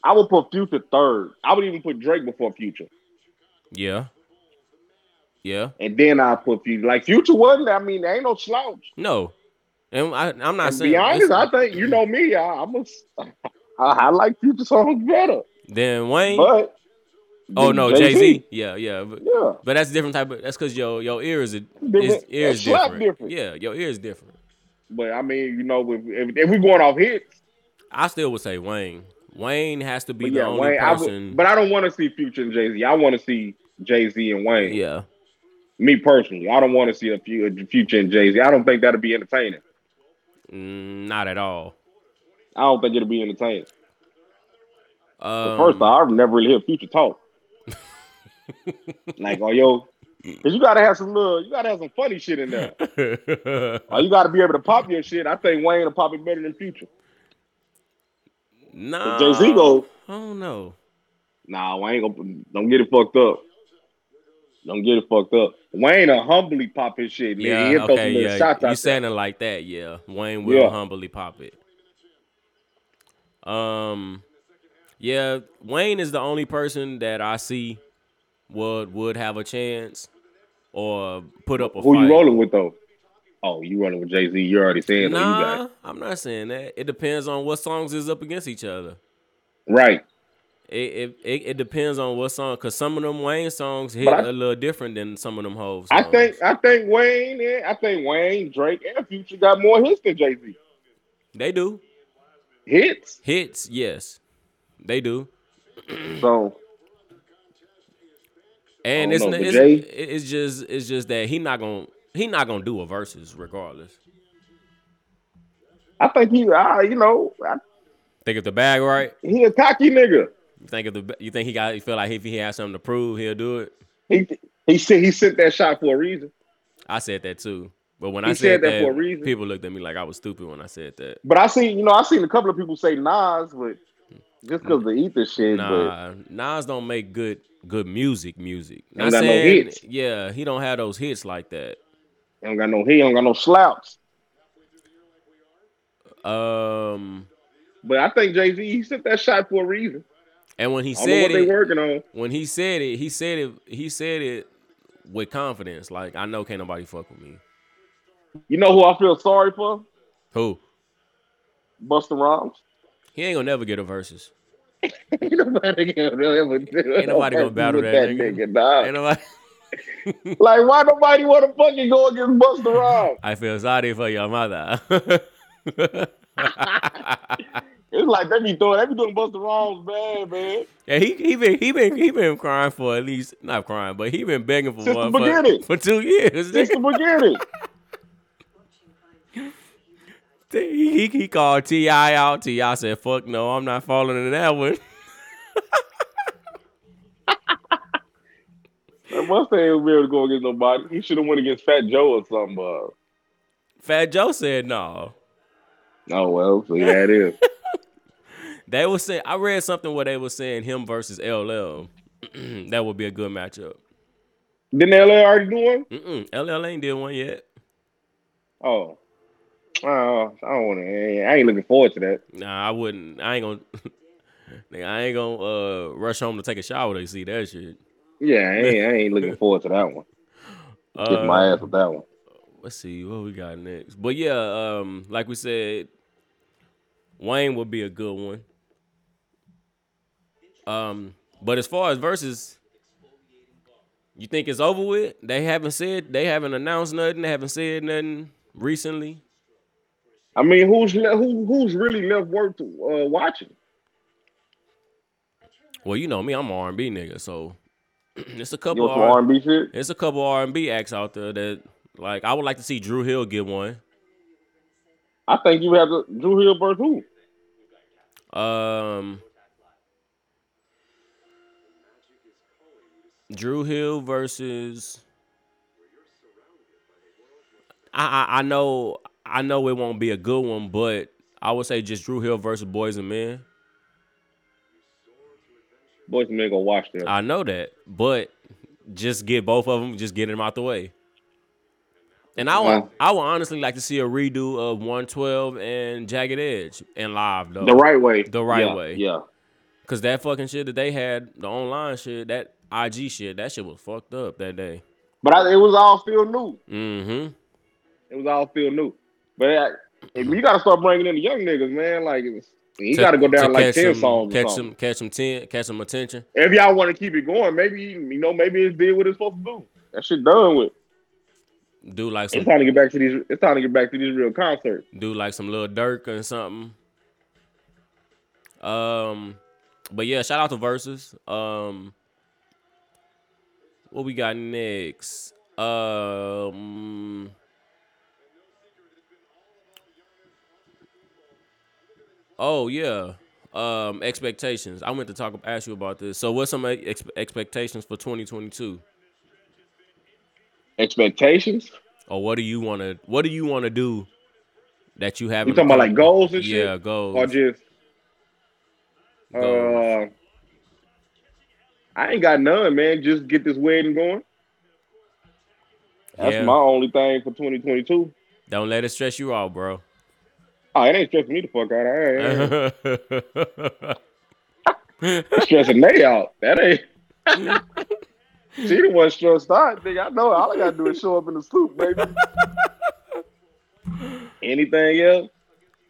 Speaker 3: I would put Future third. I would even put Drake before Future,
Speaker 1: Yeah, yeah,
Speaker 3: and then I put Future. Like Future wasn't. I mean, there ain't no slouch.
Speaker 1: no, and I, I'm not
Speaker 3: And
Speaker 1: saying
Speaker 3: be honest,
Speaker 1: listen,
Speaker 3: I think you know me. I, I'm a. s- [LAUGHS] I, I like Future songs better,
Speaker 1: then Wayne.
Speaker 3: but
Speaker 1: oh no, Jay Z. Yeah, yeah, but,
Speaker 3: Yeah,
Speaker 1: but that's different type of. That's because your your ear is a, is,
Speaker 3: Different-
Speaker 1: ear
Speaker 3: it's
Speaker 1: is
Speaker 3: slap
Speaker 1: different.
Speaker 3: different.
Speaker 1: Yeah, your ear is different.
Speaker 3: but I mean, you know, if, if, if we going off hits,
Speaker 1: I still would say Wayne. Wayne has to be
Speaker 3: but
Speaker 1: the
Speaker 3: yeah,
Speaker 1: only
Speaker 3: Wayne. I
Speaker 1: person.
Speaker 3: would, but I don't want to see Future and Jay Z. I want to see Jay Z and Wayne.
Speaker 1: yeah,
Speaker 3: Me personally, I don't want to see a, few, a Future and Jay Z. I don't think that'll be entertaining.
Speaker 1: Mm, not at all.
Speaker 3: I don't think it'll be entertaining.
Speaker 1: Um,
Speaker 3: But first off, I've never really heard
Speaker 1: [LAUGHS]
Speaker 3: Future talk. like, oh yo,
Speaker 1: Mm.
Speaker 3: because you gotta have some little, you gotta have some funny shit
Speaker 1: [LAUGHS]
Speaker 3: in there.
Speaker 1: Um,
Speaker 3: Or you gotta be able to pop your shit. I think Wayne will pop it better than Future.
Speaker 1: nah, Uh,
Speaker 3: But Jay Z go,
Speaker 1: I don't know.
Speaker 3: nah, Wayne gonna don't get it fucked up. Don't get it fucked up. Wayne will humbly pop his shit. and then
Speaker 1: Yeah,
Speaker 3: he'll throw some
Speaker 1: okay,
Speaker 3: little
Speaker 1: yeah.
Speaker 3: shots
Speaker 1: You
Speaker 3: out there.
Speaker 1: saying it like that? Yeah, Wayne will
Speaker 3: Yeah.
Speaker 1: humbly pop it. Um, yeah, Wayne is the only person that I see would would have a chance or put up a
Speaker 3: Who
Speaker 1: fight.
Speaker 3: you rolling with though? Oh, you rolling with Jay Z? You already saying that you got
Speaker 1: Nah, I'm not saying that. It depends on what songs is up against each other.
Speaker 3: right.
Speaker 1: It it, it, it depends on what song, cause some of them Wayne songs hit
Speaker 3: But I-
Speaker 1: a little different than some of them hoes.
Speaker 3: I think I think Wayne, and- I think Wayne, Drake, and Future got more hits than Jay Z.
Speaker 1: they do
Speaker 3: Hits.
Speaker 1: hits. Yes, they do. Hmm.
Speaker 3: So
Speaker 1: And
Speaker 3: I
Speaker 1: it's,
Speaker 3: don't
Speaker 1: n
Speaker 3: know,
Speaker 1: it's
Speaker 3: but
Speaker 1: it- it's just it's just that he not gonna he not gonna do a versus regardless.
Speaker 3: I think he, uh, you know, I,
Speaker 1: Think of the bag right.
Speaker 3: he a cocky nigga.
Speaker 1: You think of the ba- you think he got you feel like if he has something to prove he'll do it.
Speaker 3: He he said he sent that shot for a reason.
Speaker 1: I said that too. But when I
Speaker 3: He
Speaker 1: said,
Speaker 3: said
Speaker 1: that,
Speaker 3: that for a reason.
Speaker 1: people looked at me like I was stupid when I said that.
Speaker 3: But I seen, you know, I seen a couple of people say Nas, but just because the ether shit.
Speaker 1: Nah, Nas don't make good good music. Music.
Speaker 3: Don't got no hits.
Speaker 1: Yeah, he don't have those hits like that.
Speaker 3: But he don't got no he don't got no slouts.
Speaker 1: Um,
Speaker 3: But I think Jay Z he sent that shot for a reason.
Speaker 1: and when he
Speaker 3: I don't know
Speaker 1: said
Speaker 3: what they
Speaker 1: it,
Speaker 3: working on.
Speaker 1: when he said it, he said it, he said it with confidence. Like I know can't nobody fuck with me.
Speaker 3: You know who I feel sorry for?
Speaker 1: Who?
Speaker 3: Busta Rhymes.
Speaker 1: He ain't gonna never get a versus.
Speaker 3: Ain't nobody gonna ever do
Speaker 1: Ain't nobody gonna battle
Speaker 3: with
Speaker 1: that nigga.
Speaker 3: nigga. dog.
Speaker 1: Ain't nobody. [LAUGHS]
Speaker 3: Like, why nobody want to fucking go against Buster Rhymes?
Speaker 1: I feel sorry for your mother.
Speaker 3: It's like they be throwing, they be doing Buster Rhymes bad, man.
Speaker 1: [LAUGHS] yeah, he he been he been he been crying for at least not crying, but he been begging for
Speaker 3: Since the
Speaker 1: one for,
Speaker 3: beginning.
Speaker 1: for two years. [LAUGHS]
Speaker 3: Since the
Speaker 1: nigga.
Speaker 3: beginning,
Speaker 1: He, he he called Ti out. Ti said, "Fuck no, I'm not falling in that one." [LAUGHS]
Speaker 3: That Buster ain't be able to go against nobody. He should have went against Fat Joe or something. uh. But
Speaker 1: Fat Joe said, "No." [LAUGHS]
Speaker 3: oh well, see that is.
Speaker 1: They were saying I read something where they were saying him versus LL. [CLEARS THROAT] that would be a good matchup.
Speaker 3: Didn't LA already do one?
Speaker 1: Mm-mm, LL ain't did one yet.
Speaker 3: Oh. Oh, I don't want to. I ain't looking forward to that.
Speaker 1: Nah, I wouldn't. I ain't gonna. [LAUGHS] nigga, I ain't gonna uh, rush home to take a shower to see that shit.
Speaker 3: Yeah, I ain't, I ain't looking forward to that one. Kick
Speaker 1: Uh,
Speaker 3: my ass with that one.
Speaker 1: let's see what we got next. But yeah, um, like we said, Wayne would be a good one. Um, but as far as verses, you think it's over with? They haven't said, they haven't announced nothing, they haven't said nothing recently.
Speaker 3: I mean, who's le- who who's really left worth uh, watching?
Speaker 1: Well, you know me, I'm R and B nigga, so [CLEARS THROAT] it's a
Speaker 3: You
Speaker 1: couple
Speaker 3: want some
Speaker 1: R-
Speaker 3: R and B shit?
Speaker 1: it's a couple R and B acts out there that like I would like to see Drew Hill get one.
Speaker 3: I think you have to Drew Hill versus who?
Speaker 1: Um, Drew Hill versus. I, I I know I know it won't be a good one, but I would say just Drew Hill versus Boys and Men.
Speaker 3: Boys and men gonna watch that.
Speaker 1: I know that, but just get both of them, just get them out the way. And I would,
Speaker 3: Yeah.
Speaker 1: I would honestly like to see a redo of 112 and Jagged Edge and live though.
Speaker 3: the right way.
Speaker 1: The right
Speaker 3: Yeah,
Speaker 1: way.
Speaker 3: Yeah.
Speaker 1: Cause that fucking shit that they had, the online shit, that IG shit, that shit was fucked up that day.
Speaker 3: But I, it was all still new.
Speaker 1: Mm-hmm.
Speaker 3: It was all still new. But I, if you gotta start bringing in the young niggas, man. Like it's, you gotta go down like ten
Speaker 1: some,
Speaker 3: songs. Or
Speaker 1: Catch
Speaker 3: something.
Speaker 1: some, catch some ten, catch some attention.
Speaker 3: If y'all want to keep it going, maybe you know, maybe it did what it's supposed to do. That shit done with.
Speaker 1: Do like
Speaker 3: It's
Speaker 1: some,
Speaker 3: time to get back to these. It's time to get back to these real concerts.
Speaker 1: do like some little Dirk or something. Um, but yeah, shout out to Versus. Um, what we got next? Um, oh yeah. Um, expectations. I went to talk ask you about this. So, what's some ex- expectations for 2022?
Speaker 3: Expectations.
Speaker 1: Or what do you want to? What do you want to do that you haven't?
Speaker 3: You talking about like
Speaker 1: accomplished?
Speaker 3: goals and shit?
Speaker 1: Yeah, goals.
Speaker 3: Or just
Speaker 1: Goals.
Speaker 3: uh, I ain't got none, man. Just get this wedding going. That's
Speaker 1: Yeah.
Speaker 3: my only thing for 2022.
Speaker 1: Don't let it stress you out, bro.
Speaker 3: Oh, it ain't stressing me the fuck out. I
Speaker 1: Uh-huh. [LAUGHS]
Speaker 3: ain't-
Speaker 1: yeah,
Speaker 3: [LAUGHS] It's stressing they out. That ain't.
Speaker 1: [LAUGHS]
Speaker 3: she the one stressed out. Nigga, I know. All I gotta do is show up in the sloop, baby.
Speaker 1: [LAUGHS]
Speaker 3: Anything else?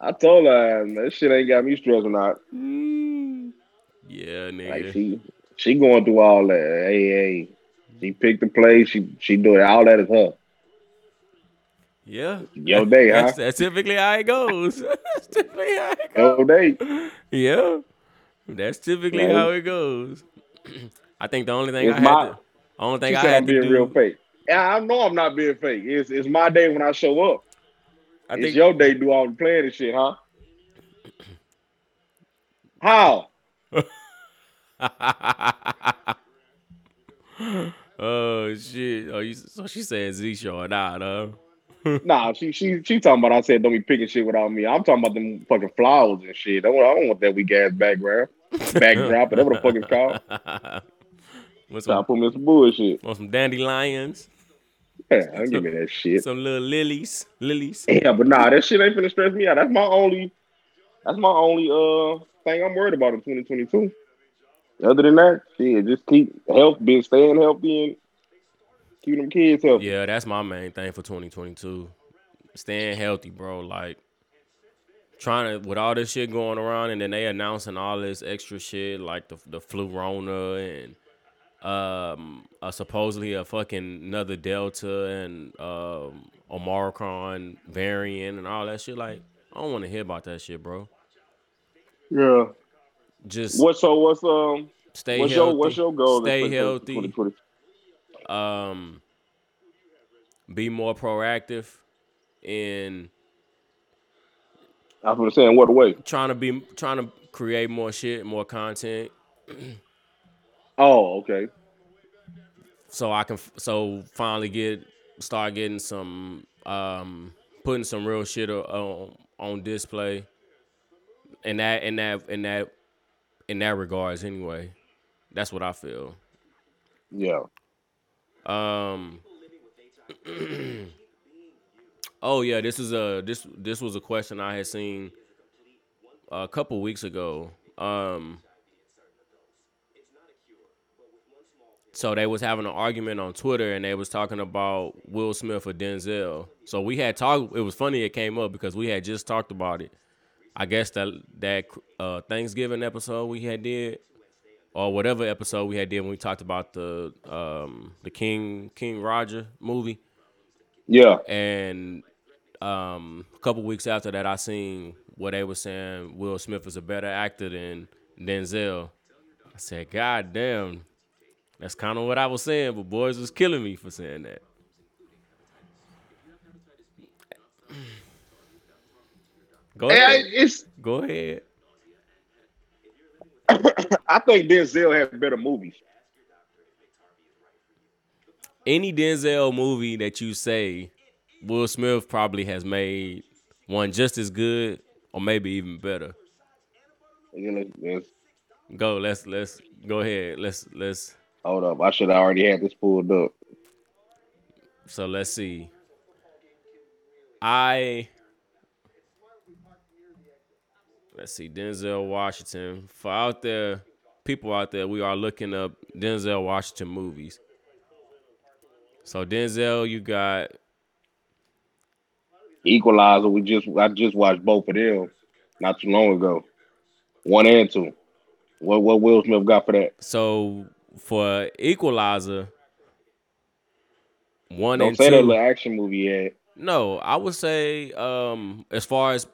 Speaker 3: I told her "Man, that shit ain't got me stressing out. Mm. Like
Speaker 1: nigga.
Speaker 3: she, she going through all that. Hey, hey, she picked the play. She, she doing it. all that is her.
Speaker 1: Yeah.
Speaker 3: Yo, day, huh?
Speaker 1: That's, that's typically how it goes. [LAUGHS] that's typically how it goes.
Speaker 3: Yo, day.
Speaker 1: Yeah. That's typically
Speaker 3: Yeah.
Speaker 1: how it goes. [CLEARS THROAT] I think the only thing
Speaker 3: It's
Speaker 1: I had
Speaker 3: my-
Speaker 1: to, only
Speaker 3: She
Speaker 1: thing I
Speaker 3: said I'm
Speaker 1: had to
Speaker 3: being
Speaker 1: do,
Speaker 3: real fake. Yeah, I know I'm not being fake. It's it's my day when I show up.
Speaker 1: I
Speaker 3: it's
Speaker 1: think
Speaker 3: your day. to Do all the playing and shit, huh? How?
Speaker 1: [LAUGHS] Oh shit. Oh, you, so she said Z show nah, huh?
Speaker 3: Nah, she she she talking about. I said don't be picking shit without me. I'm talking about them fucking flowers and shit. I don't, I don't want that weak
Speaker 1: [LAUGHS]
Speaker 3: ass background, backdrop, whatever the fuck it's called.
Speaker 1: Want some,
Speaker 3: Stop putting this
Speaker 1: [LAUGHS]
Speaker 3: bullshit.
Speaker 1: want some dandelions,
Speaker 3: Yeah, I don't give me that shit.
Speaker 1: some little lilies, lilies.
Speaker 3: Yeah, but nah, that shit ain't finna stress me out. That's my only. That's my only uh thing I'm worried about in 2022. Other than that, shit, just keep health, been staying healthy and keep them kids healthy.
Speaker 1: Yeah, that's my main thing for 2022. Staying healthy, bro. Like trying to with all this shit going around, and then they announcing all this extra shit, like the the flu rona and um a supposedly a fucking another delta and um omicron variant and all that shit. Like I don't want to hear about that shit, bro.
Speaker 3: Yeah.
Speaker 1: Just
Speaker 3: What's so? What's um?
Speaker 1: stay
Speaker 3: what's
Speaker 1: healthy.
Speaker 3: your what's your goal? in
Speaker 1: Stay
Speaker 3: 2022?
Speaker 1: healthy. um be more proactive in
Speaker 3: I was gonna say in what way?
Speaker 1: trying to be trying to create more shit, more content
Speaker 3: Oh, okay.
Speaker 1: so I can f- so finally get start getting some um putting some real shit o- on on display in that in that in that in that regards anyway. That's what I feel.
Speaker 3: Yeah.
Speaker 1: Um. [CLEARS THROAT] oh yeah, this is a this this was a question I had seen a couple weeks ago. Um. So they was having an argument on Twitter, and they was talking about Will Smith or Denzel. So we had talked. It was funny it came up because we had just talked about it. I guess that that uh, Thanksgiving episode we had did or whatever episode we had did when we talked about the um the King King Roger movie.
Speaker 3: Yeah.
Speaker 1: And um a couple weeks after that I seen what they were saying Will Smith is a better actor than Denzel. I said, God damn, that's kind of what I was saying, but boys was killing me for saying that. Go
Speaker 3: And I-
Speaker 1: ahead.
Speaker 3: it's [COUGHS]
Speaker 1: Go ahead.
Speaker 3: I think Denzel has better movies.
Speaker 1: any Denzel movie that you say, Will Smith probably has made one just as good or maybe even better.
Speaker 3: You know, it's-
Speaker 1: Go, let's let's go ahead. Let's let's
Speaker 3: Hold up. I should have already had this pulled up.
Speaker 1: so let's see. I let's see, Denzel Washington. For out there, people out there, we are looking up Denzel Washington movies. So Denzel, you got
Speaker 3: Equalizer, we just I just watched both of them not too long ago. One and two. What what Will Smith got for that?
Speaker 1: So for Equalizer, one
Speaker 3: Don't
Speaker 1: and
Speaker 3: say
Speaker 1: two.
Speaker 3: that little action movie yet.
Speaker 1: No, I would say um, as far as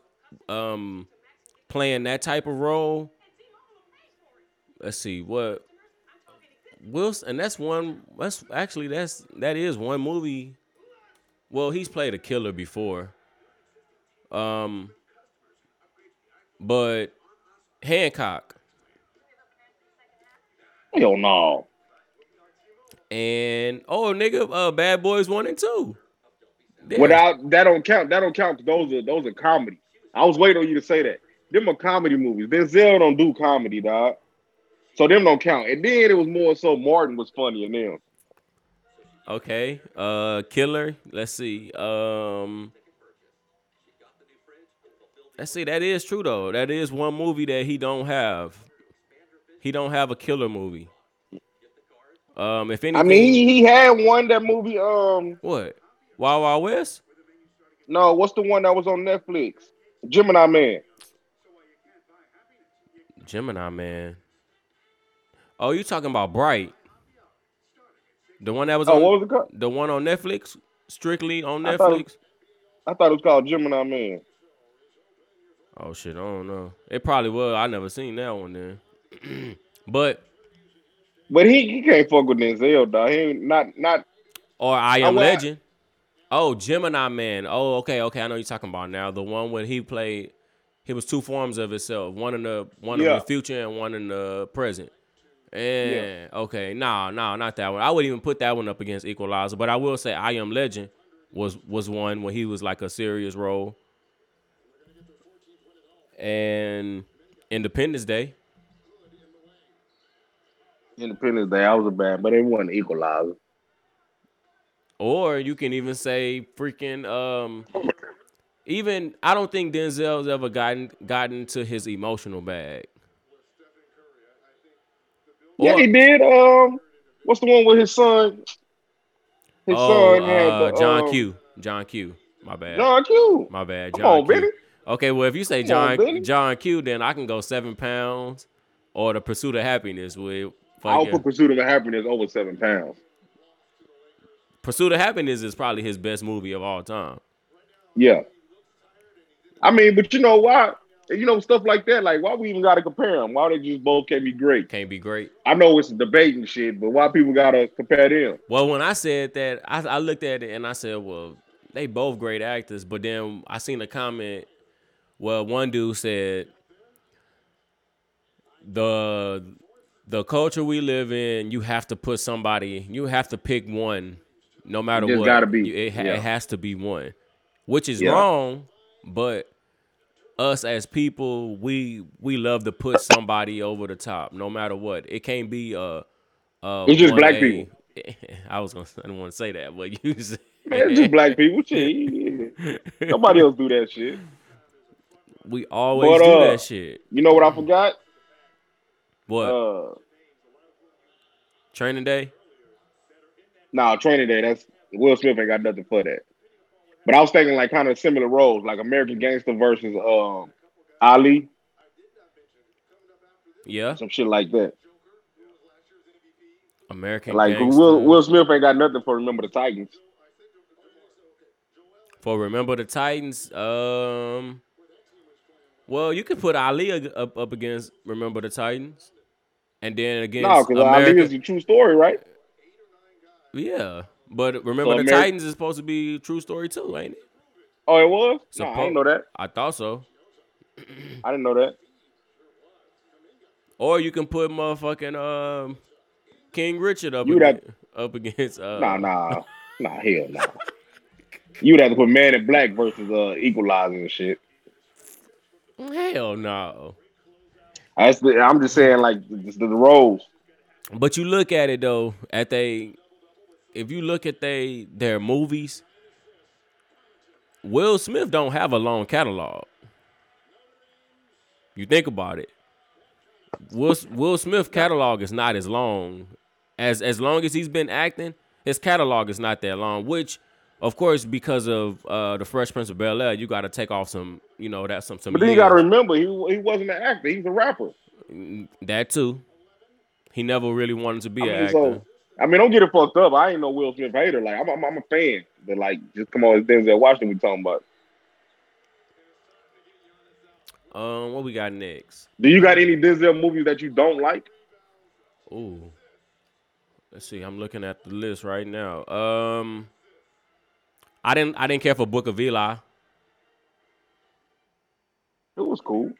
Speaker 1: um, playing that type of role. Let's see what Wilson, and that's one. That's actually that's that is one movie. Well, he's played a killer before. Um, but Hancock
Speaker 3: Hell no.
Speaker 1: and oh nigga, uh, Bad Boys one and two. Yeah.
Speaker 3: Without that don't count. That don't count. 'cause Those are those are comedy. I was waiting on you to say that. Them are comedy movies. Denzel don't do comedy, dog. So them don't count. And then it was more so Martin was funny in them.
Speaker 1: Okay. Uh Killer. Let's see. Um Let's see, that is true though. That is one movie that he don't have. He don't have a killer movie. Um if anything
Speaker 3: I mean, he, he had one that movie. Um,
Speaker 1: what? Wild Wild West?
Speaker 3: no, what's the one that was on Netflix? Gemini Man.
Speaker 1: Gemini man. Oh, you talking about Bright. The one that was
Speaker 3: Oh,
Speaker 1: on
Speaker 3: what was it called?
Speaker 1: the one on Netflix? Strictly on
Speaker 3: I thought it-
Speaker 1: Netflix?
Speaker 3: I thought it was called Gemini Man.
Speaker 1: Oh shit, I don't know. It probably was. I never seen that one then. [CLEARS THROAT] but
Speaker 3: But he, he can't fuck with Denzel, dog. He ain't not not.
Speaker 1: Or I Am
Speaker 3: well, I-
Speaker 1: Legend. Oh, Gemini Man. Oh, okay, okay. I know what you're talking about now. The one where he played, he was two forms of himself. One in the one in
Speaker 3: Yeah.
Speaker 1: the future and one in the present. And okay, nah, nah, not that one. I wouldn't even put that one up against Equalizer. But I will say, I Am Legend was was one where he was like a serious role. And Independence Day.
Speaker 3: Independence Day. I was a bad, but it wasn't Equalizer.
Speaker 1: Or you can even say freaking um even I don't think Denzel's ever gotten gotten to his emotional bag.
Speaker 3: Yeah,
Speaker 1: Or-
Speaker 3: he did. Um, what's the one with his son? His
Speaker 1: oh,
Speaker 3: son had
Speaker 1: uh,
Speaker 3: the,
Speaker 1: John
Speaker 3: um,
Speaker 1: Q. John Q. My bad.
Speaker 3: John Q.
Speaker 1: My bad.
Speaker 3: Come
Speaker 1: John
Speaker 3: on,
Speaker 1: Q.
Speaker 3: Benny.
Speaker 1: Okay, well if you say
Speaker 3: Come on,
Speaker 1: John
Speaker 3: Benny.
Speaker 1: John Q, then I can go seven pounds or the pursuit of happiness with
Speaker 3: I'll
Speaker 1: fucking-
Speaker 3: put Pursuit of Happiness over seven pounds.
Speaker 1: Pursuit of Happiness is probably his best movie of all time.
Speaker 3: Yeah. I mean, but you know why? You know stuff like that. Like, why we even gotta compare them? Why they just both can't be great?
Speaker 1: Can't be great.
Speaker 3: I know it's debating shit, but why people gotta compare them?
Speaker 1: Well, when I said that, I, I looked at it and I said, well, they both great actors. But then I seen a comment. Well, one dude said the the culture we live in, you have to put somebody, you have to pick one, no matter
Speaker 3: just
Speaker 1: what.
Speaker 3: gotta be.
Speaker 1: You- It, ha-
Speaker 3: Yeah.
Speaker 1: it has to be one, which is
Speaker 3: Yeah.
Speaker 1: wrong. But us as people, we we love to put somebody over the top, no matter what. It can't be uh uh
Speaker 3: It's just
Speaker 1: one
Speaker 3: black
Speaker 1: A-
Speaker 3: people.
Speaker 1: [LAUGHS] I was gonna I didn't want to say that, but [LAUGHS] you said
Speaker 3: Man, it's just black people. Shit.
Speaker 1: [LAUGHS]
Speaker 3: Nobody else do that shit.
Speaker 1: we always
Speaker 3: But,
Speaker 1: do
Speaker 3: uh,
Speaker 1: that shit.
Speaker 3: You know what I forgot?
Speaker 1: What
Speaker 3: Uh,
Speaker 1: training day?
Speaker 3: nah, Training Day. That's Will Smith ain't got nothing for that. But I was thinking like kind of similar roles, like American Gangster versus um Ali,
Speaker 1: Yeah,
Speaker 3: some shit like that.
Speaker 1: American
Speaker 3: Like
Speaker 1: Gangster.
Speaker 3: Will Will Smith ain't got nothing for Remember the Titans.
Speaker 1: for remember the Titans. Um, well, you could put Ali ag- up up against remember the Titans, and then against
Speaker 3: No, because I think
Speaker 1: America.
Speaker 3: it's a true story, right?
Speaker 1: Yeah, but remember
Speaker 3: So
Speaker 1: the
Speaker 3: Ameri-
Speaker 1: Titans is supposed to be a true story too, ain't it?
Speaker 3: Oh, it was.
Speaker 1: So
Speaker 3: no, I
Speaker 1: Paul-
Speaker 3: didn't know that.
Speaker 1: I thought so.
Speaker 3: I didn't know that.
Speaker 1: Or you can put motherfucking um King Richard up
Speaker 3: You'd have-
Speaker 1: against, up against uh [LAUGHS]
Speaker 3: Nah, nah, nah, hell no. You'd have to put Man in Black versus uh Equalizer and shit.
Speaker 1: hell no.
Speaker 3: That's the, I'm just saying like the, the roles.
Speaker 1: But you look at it though, at they if you look at they their movies, Will Smith don't have a long catalog. You think about it. Will Will Smith catalog is not as long as as long as he's been acting. His catalog is not that long, which, of course, because of uh, the Fresh Prince of Bel Air, you got to take off some, you know, that's some some.
Speaker 3: But then you
Speaker 1: years.
Speaker 3: got to remember, he he wasn't an actor; he's a rapper.
Speaker 1: that too. He never really wanted to be
Speaker 3: I
Speaker 1: an
Speaker 3: mean,
Speaker 1: actor.
Speaker 3: so I mean, don't get it fucked up. I ain't no Will Smith hater. Like I'm, I'm, I'm a fan. But like, just come on, it's Denzel Washington we talking about.
Speaker 1: Um, what we got next?
Speaker 3: Do you got any Denzel movies that you don't like?
Speaker 1: Ooh, let's see. I'm looking at the list right now. Um, I didn't I didn't care for Book of Eli.
Speaker 3: It was cool.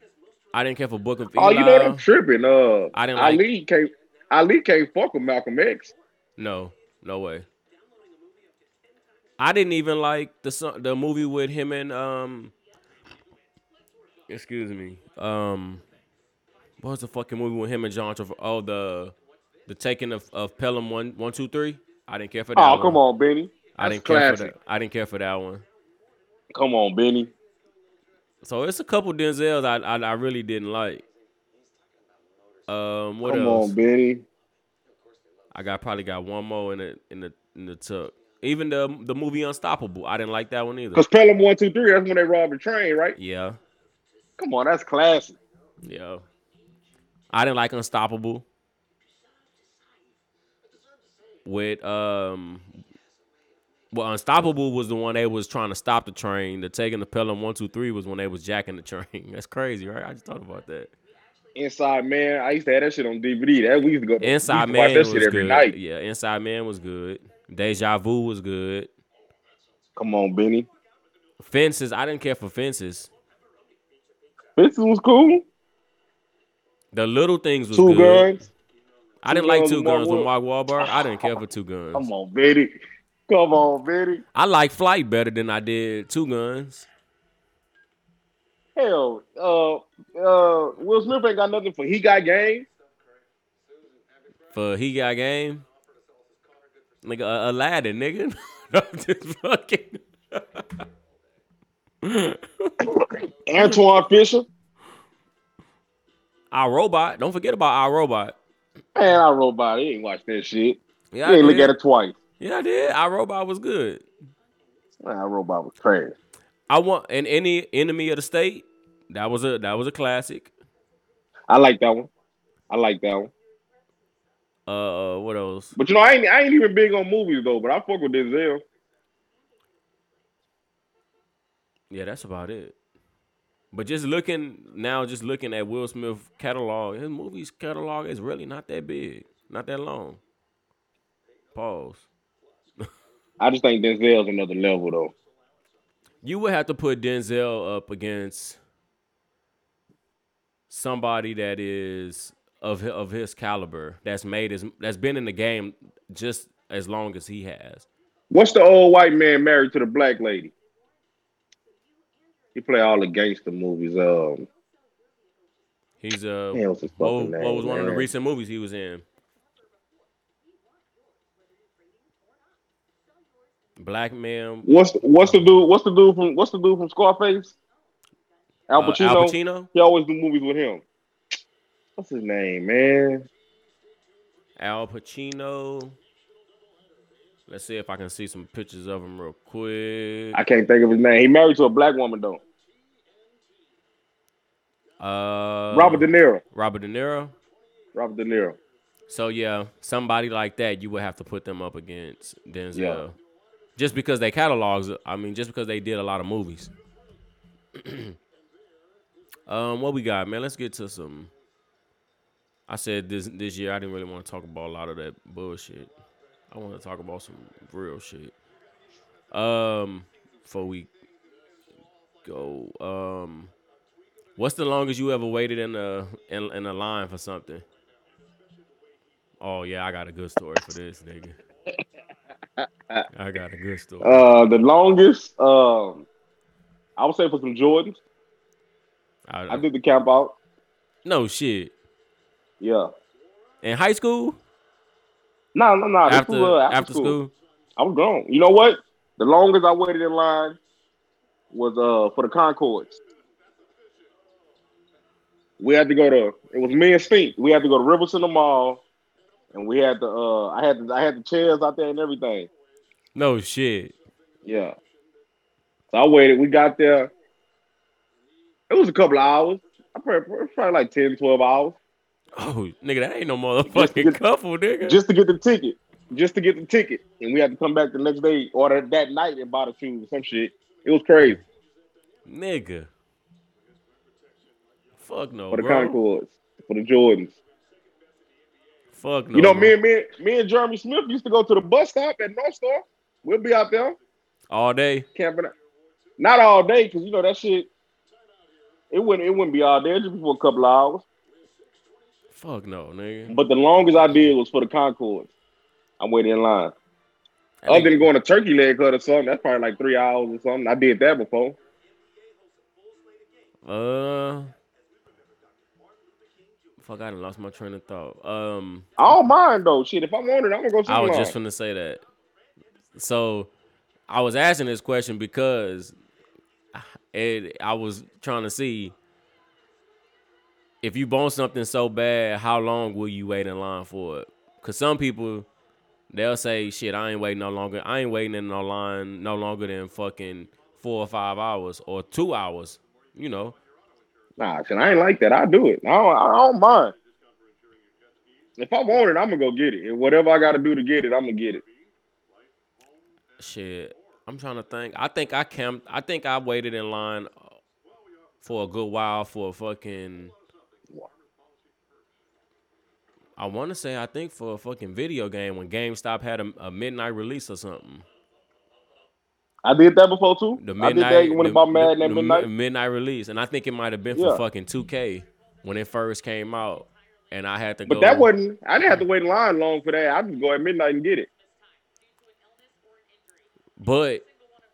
Speaker 1: I didn't care for Book of Eli.
Speaker 3: Oh, you know what I'm tripping. Uh,
Speaker 1: I didn't like-
Speaker 3: Ali can't. Ali can't fuck with Malcolm X.
Speaker 1: No, no way. I didn't even like the son- the movie with him and um. Excuse me. Um, what was the fucking movie with him and John Travolta? Oh, the the taking of, of Pelham one one two three. I didn't care for that.
Speaker 3: Oh,
Speaker 1: one.
Speaker 3: come on, Benny.
Speaker 1: I
Speaker 3: That's
Speaker 1: didn't care for
Speaker 3: classic.
Speaker 1: that. I didn't care for that one.
Speaker 3: Come on, Benny.
Speaker 1: So it's a couple Denzels I I, I really didn't like. Um, what
Speaker 3: Come
Speaker 1: else?
Speaker 3: on, Benny.
Speaker 1: I got probably got one more in the in the in the tuck. Even the the movie Unstoppable, I didn't like that one either.
Speaker 3: Because Pelham one two three. That's when they robbed the train, right?
Speaker 1: Yeah,
Speaker 3: Come on, that's classic.
Speaker 1: yeah. I didn't like Unstoppable with um. Well, Unstoppable was the one they was trying to stop the train. The taking the Pelham one two three was when they was jacking the train. [LAUGHS] That's crazy, right? I just thought about that.
Speaker 3: Inside Man. I used to have that shit on DVD. That we used to go. we used to
Speaker 1: Inside
Speaker 3: watch
Speaker 1: Man
Speaker 3: that
Speaker 1: was
Speaker 3: shit every
Speaker 1: good.
Speaker 3: night.
Speaker 1: Yeah, Inside Man was good. Deja Vu was good.
Speaker 3: Come on, Benny.
Speaker 1: Fences, I didn't care for Fences.
Speaker 3: This was cool.
Speaker 1: The little things was
Speaker 3: Two
Speaker 1: good.
Speaker 3: guns.
Speaker 1: I didn't
Speaker 3: Two
Speaker 1: like
Speaker 3: Guns
Speaker 1: Two
Speaker 3: with Mark
Speaker 1: Guns with Mark Wahlberg. I didn't care for Two Guns.
Speaker 3: Come on, Benny. Come on, Benny.
Speaker 1: I like Flight better than I did Two Guns.
Speaker 3: Hell, uh, uh, Will Smith ain't got nothing for. He got game.
Speaker 1: For He Got Game, nigga uh, Aladdin, nigga. [LAUGHS] I'm just fucking.
Speaker 3: Antoine Fisher.
Speaker 1: Our Robot. Don't forget about Our Robot.
Speaker 3: Man, I robot. He ain't watch that shit.
Speaker 1: Yeah,
Speaker 3: He
Speaker 1: I
Speaker 3: ain't look at
Speaker 1: did.
Speaker 3: it twice.
Speaker 1: Yeah, I did. Our Robot was good.
Speaker 3: Man, I robot was trash.
Speaker 1: I want and any enemy of the state. That was a that was a classic.
Speaker 3: I like that one. I like that one.
Speaker 1: Uh, what else?
Speaker 3: But you know, I ain't I ain't even big on movies though. But I fuck with Denzel.
Speaker 1: Yeah, that's about it. But just looking now, just looking at Will Smith catalog, his movies catalog is really not that big, not that long. Pause.
Speaker 3: I just think Denzel's another level though.
Speaker 1: You would have to put Denzel up against somebody that is of hi- of his caliber, that's made as that's been in the game just as long as he has.
Speaker 3: What's the old white man married to the black lady? He play all the gangster movies. Um,
Speaker 1: He's uh,
Speaker 3: man, what's his fucking
Speaker 1: what,
Speaker 3: name?
Speaker 1: what was one of the
Speaker 3: man?
Speaker 1: recent movies he was in? Black Man.
Speaker 3: What's what's the dude? What's the dude from? What's the dude from Scarface? Al
Speaker 1: uh,
Speaker 3: Pacino.
Speaker 1: Al Pacino.
Speaker 3: He always do movies with him. What's his name, man?
Speaker 1: Al Pacino. Let's see if I can see some pictures of him real quick.
Speaker 3: I can't think of his name. He married to a black woman though.
Speaker 1: Uh,
Speaker 3: Robert De Niro.
Speaker 1: Robert De Niro.
Speaker 3: Robert De Niro.
Speaker 1: So yeah, somebody like that, you would have to put them up against Denzel,
Speaker 3: Yeah.
Speaker 1: just because they catalogs. I mean, just because they did a lot of movies. [CLEARS THROAT] um, what we got, man? Let's get to some. I said this this year. I didn't really want to talk about a lot of that bullshit. I want to talk about some real shit. Um, before we go, um, what's the longest you ever waited in a in, in a line for something? Oh yeah, I got a good story for this nigga. I got a good story.
Speaker 3: Uh, the longest. Um, I would say for some Jordans.
Speaker 1: I-
Speaker 3: I did the camp out.
Speaker 1: no shit.
Speaker 3: Yeah.
Speaker 1: In high school,
Speaker 3: No, no, no. This
Speaker 1: after
Speaker 3: was, uh,
Speaker 1: after, school.
Speaker 3: I was grown. You know what? The longest I waited in line was uh for the Concords. We had to go to it was me and Steve. We had to go to Riverson the Mall and we had to uh I had to, I had the chairs out there and everything.
Speaker 1: No shit.
Speaker 3: Yeah. So I waited. We got there. It was a couple of hours. I probably, probably like 10, 12 hours
Speaker 1: Oh nigga, that ain't no
Speaker 3: Just to
Speaker 1: motherfucking
Speaker 3: get-
Speaker 1: couple, nigga.
Speaker 3: just to get the ticket. Just to get the ticket. And we had to come back the next day or that- that night and buy the shoes or some shit. It was crazy.
Speaker 1: nigga. Fuck no,
Speaker 3: for the
Speaker 1: bro.
Speaker 3: Concords, for the Jordans.
Speaker 1: Fuck no.
Speaker 3: you know,
Speaker 1: bro.
Speaker 3: me and me, me and Jeremy Smith used to go to the bus stop at North Star. We'll be out there
Speaker 1: all day.
Speaker 3: camping, out. not all day because you know that shit. It wouldn't it wouldn't be all day, just for a couple hours.
Speaker 1: Fuck no, nigga.
Speaker 3: But the longest I did was for the Concords. I'm waiting in line.
Speaker 1: That
Speaker 3: Other
Speaker 1: nigga-
Speaker 3: than going to Turkey Leg Hut or something, that's probably like three hours or something. I did that before.
Speaker 1: uh, fuck, I done lost my train of thought. Um.
Speaker 3: I don't mind though. Shit, if I want it, I'm gonna go sit
Speaker 1: I was
Speaker 3: in
Speaker 1: just
Speaker 3: line.
Speaker 1: gonna say that. So, I was asking this question because it, I was trying to see if you bone something so bad, how long will you wait in line for it? Because some people they'll say, "Shit, I ain't waiting no longer. I ain't waiting in no line no longer than fucking four or five hours or two hours." You know,
Speaker 3: Nah, shit, I ain't like that. I do it. I don't, I don't mind. If I want it, I'm gonna go get it. And whatever I gotta do to get it, I'm gonna get it.
Speaker 1: Shit, I'm trying to think. I think I camped. I think I waited in line uh, for a good while for a fucking. I want to say I think for a fucking video game when GameStop had a, a midnight release or something.
Speaker 3: I did that before too.
Speaker 1: The
Speaker 3: I
Speaker 1: midnight
Speaker 3: did that when
Speaker 1: the-
Speaker 3: it bought mad
Speaker 1: the-
Speaker 3: that
Speaker 1: the
Speaker 3: midnight.
Speaker 1: mi- midnight release, and I think it might have been for
Speaker 3: Yeah.
Speaker 1: fucking 2K when it first came out, and I had to
Speaker 3: but
Speaker 1: go.
Speaker 3: that wasn't. I didn't have to wait in line long for that. I just go at midnight and get it.
Speaker 1: But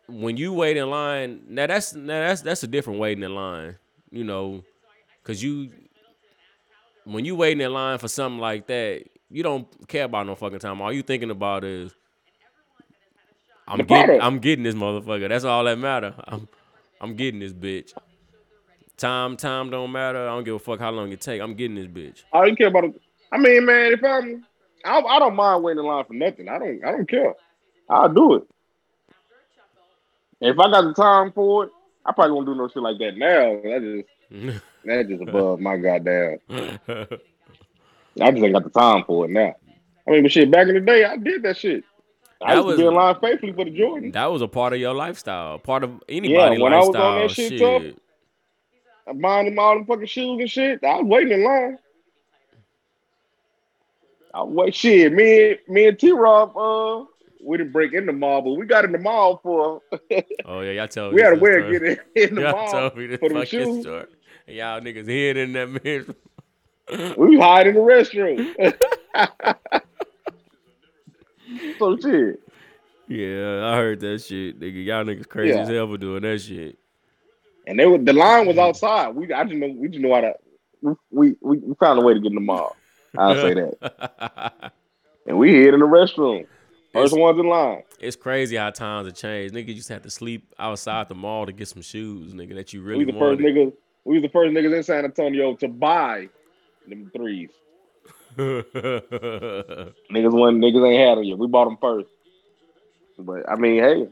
Speaker 1: when you wait in line, now that's now that's that's a different waiting in line, you know, because you when you waiting in line for something like that, you don't care about no fucking time. All you thinking about is I'm
Speaker 3: The
Speaker 1: getting
Speaker 3: product.
Speaker 1: I'm getting this motherfucker. That's all that matter. I'm I'm getting this bitch. Time time don't matter. I don't give a fuck how long it take. I'm getting this bitch. [LAUGHS]
Speaker 3: I didn't care about it. I mean, man, if I'm, I, I don't mind waiting in line for nothing. I don't. I don't care. I'll do it. If I got the time for it, I probably won't do no shit like that now. That just that just above my goddamn. I just ain't got the time for it now. I mean, but shit, back in the day, I did that shit. I
Speaker 1: That
Speaker 3: used
Speaker 1: was-
Speaker 3: to be in line faithfully for the Jordan.
Speaker 1: that was a part of your lifestyle. Part of anybody
Speaker 3: when I was on
Speaker 1: lifestyle.
Speaker 3: that shit,
Speaker 1: shit.
Speaker 3: tough, I'm buying them all them fucking shoes and shit. I was waiting in line. I wait shit. Me and me and T Rob uh we didn't break in the mall, but we got in the mall for
Speaker 1: Oh yeah, y'all tell me.
Speaker 3: we had a
Speaker 1: this
Speaker 3: way of
Speaker 1: story.
Speaker 3: getting in [LAUGHS] the
Speaker 1: y'all
Speaker 3: mall.
Speaker 1: told me this
Speaker 3: for them
Speaker 1: fucking
Speaker 3: shoes.
Speaker 1: story. And Y'all niggas hid in that bitch. [LAUGHS]
Speaker 3: We was hiding in the restroom. [LAUGHS] so shit.
Speaker 1: Yeah, I heard that shit, nigga. Y'all niggas crazy
Speaker 3: Yeah.
Speaker 1: as hell for doing that shit. [LAUGHS]
Speaker 3: And they were the line was outside. We I just know we just know how to we we, we found a way to get in the mall. I'll say that. And we hid in the restroom. First ones in line.
Speaker 1: it's crazy how times have changed. Nigga used to have to sleep outside the mall to get some shoes, nigga, that you really
Speaker 3: we the first
Speaker 1: wanted.
Speaker 3: niggas. We was the first niggas in San Antonio to buy them threes. Niggas one niggas ain't had them yet. We bought them first. But I mean, hey,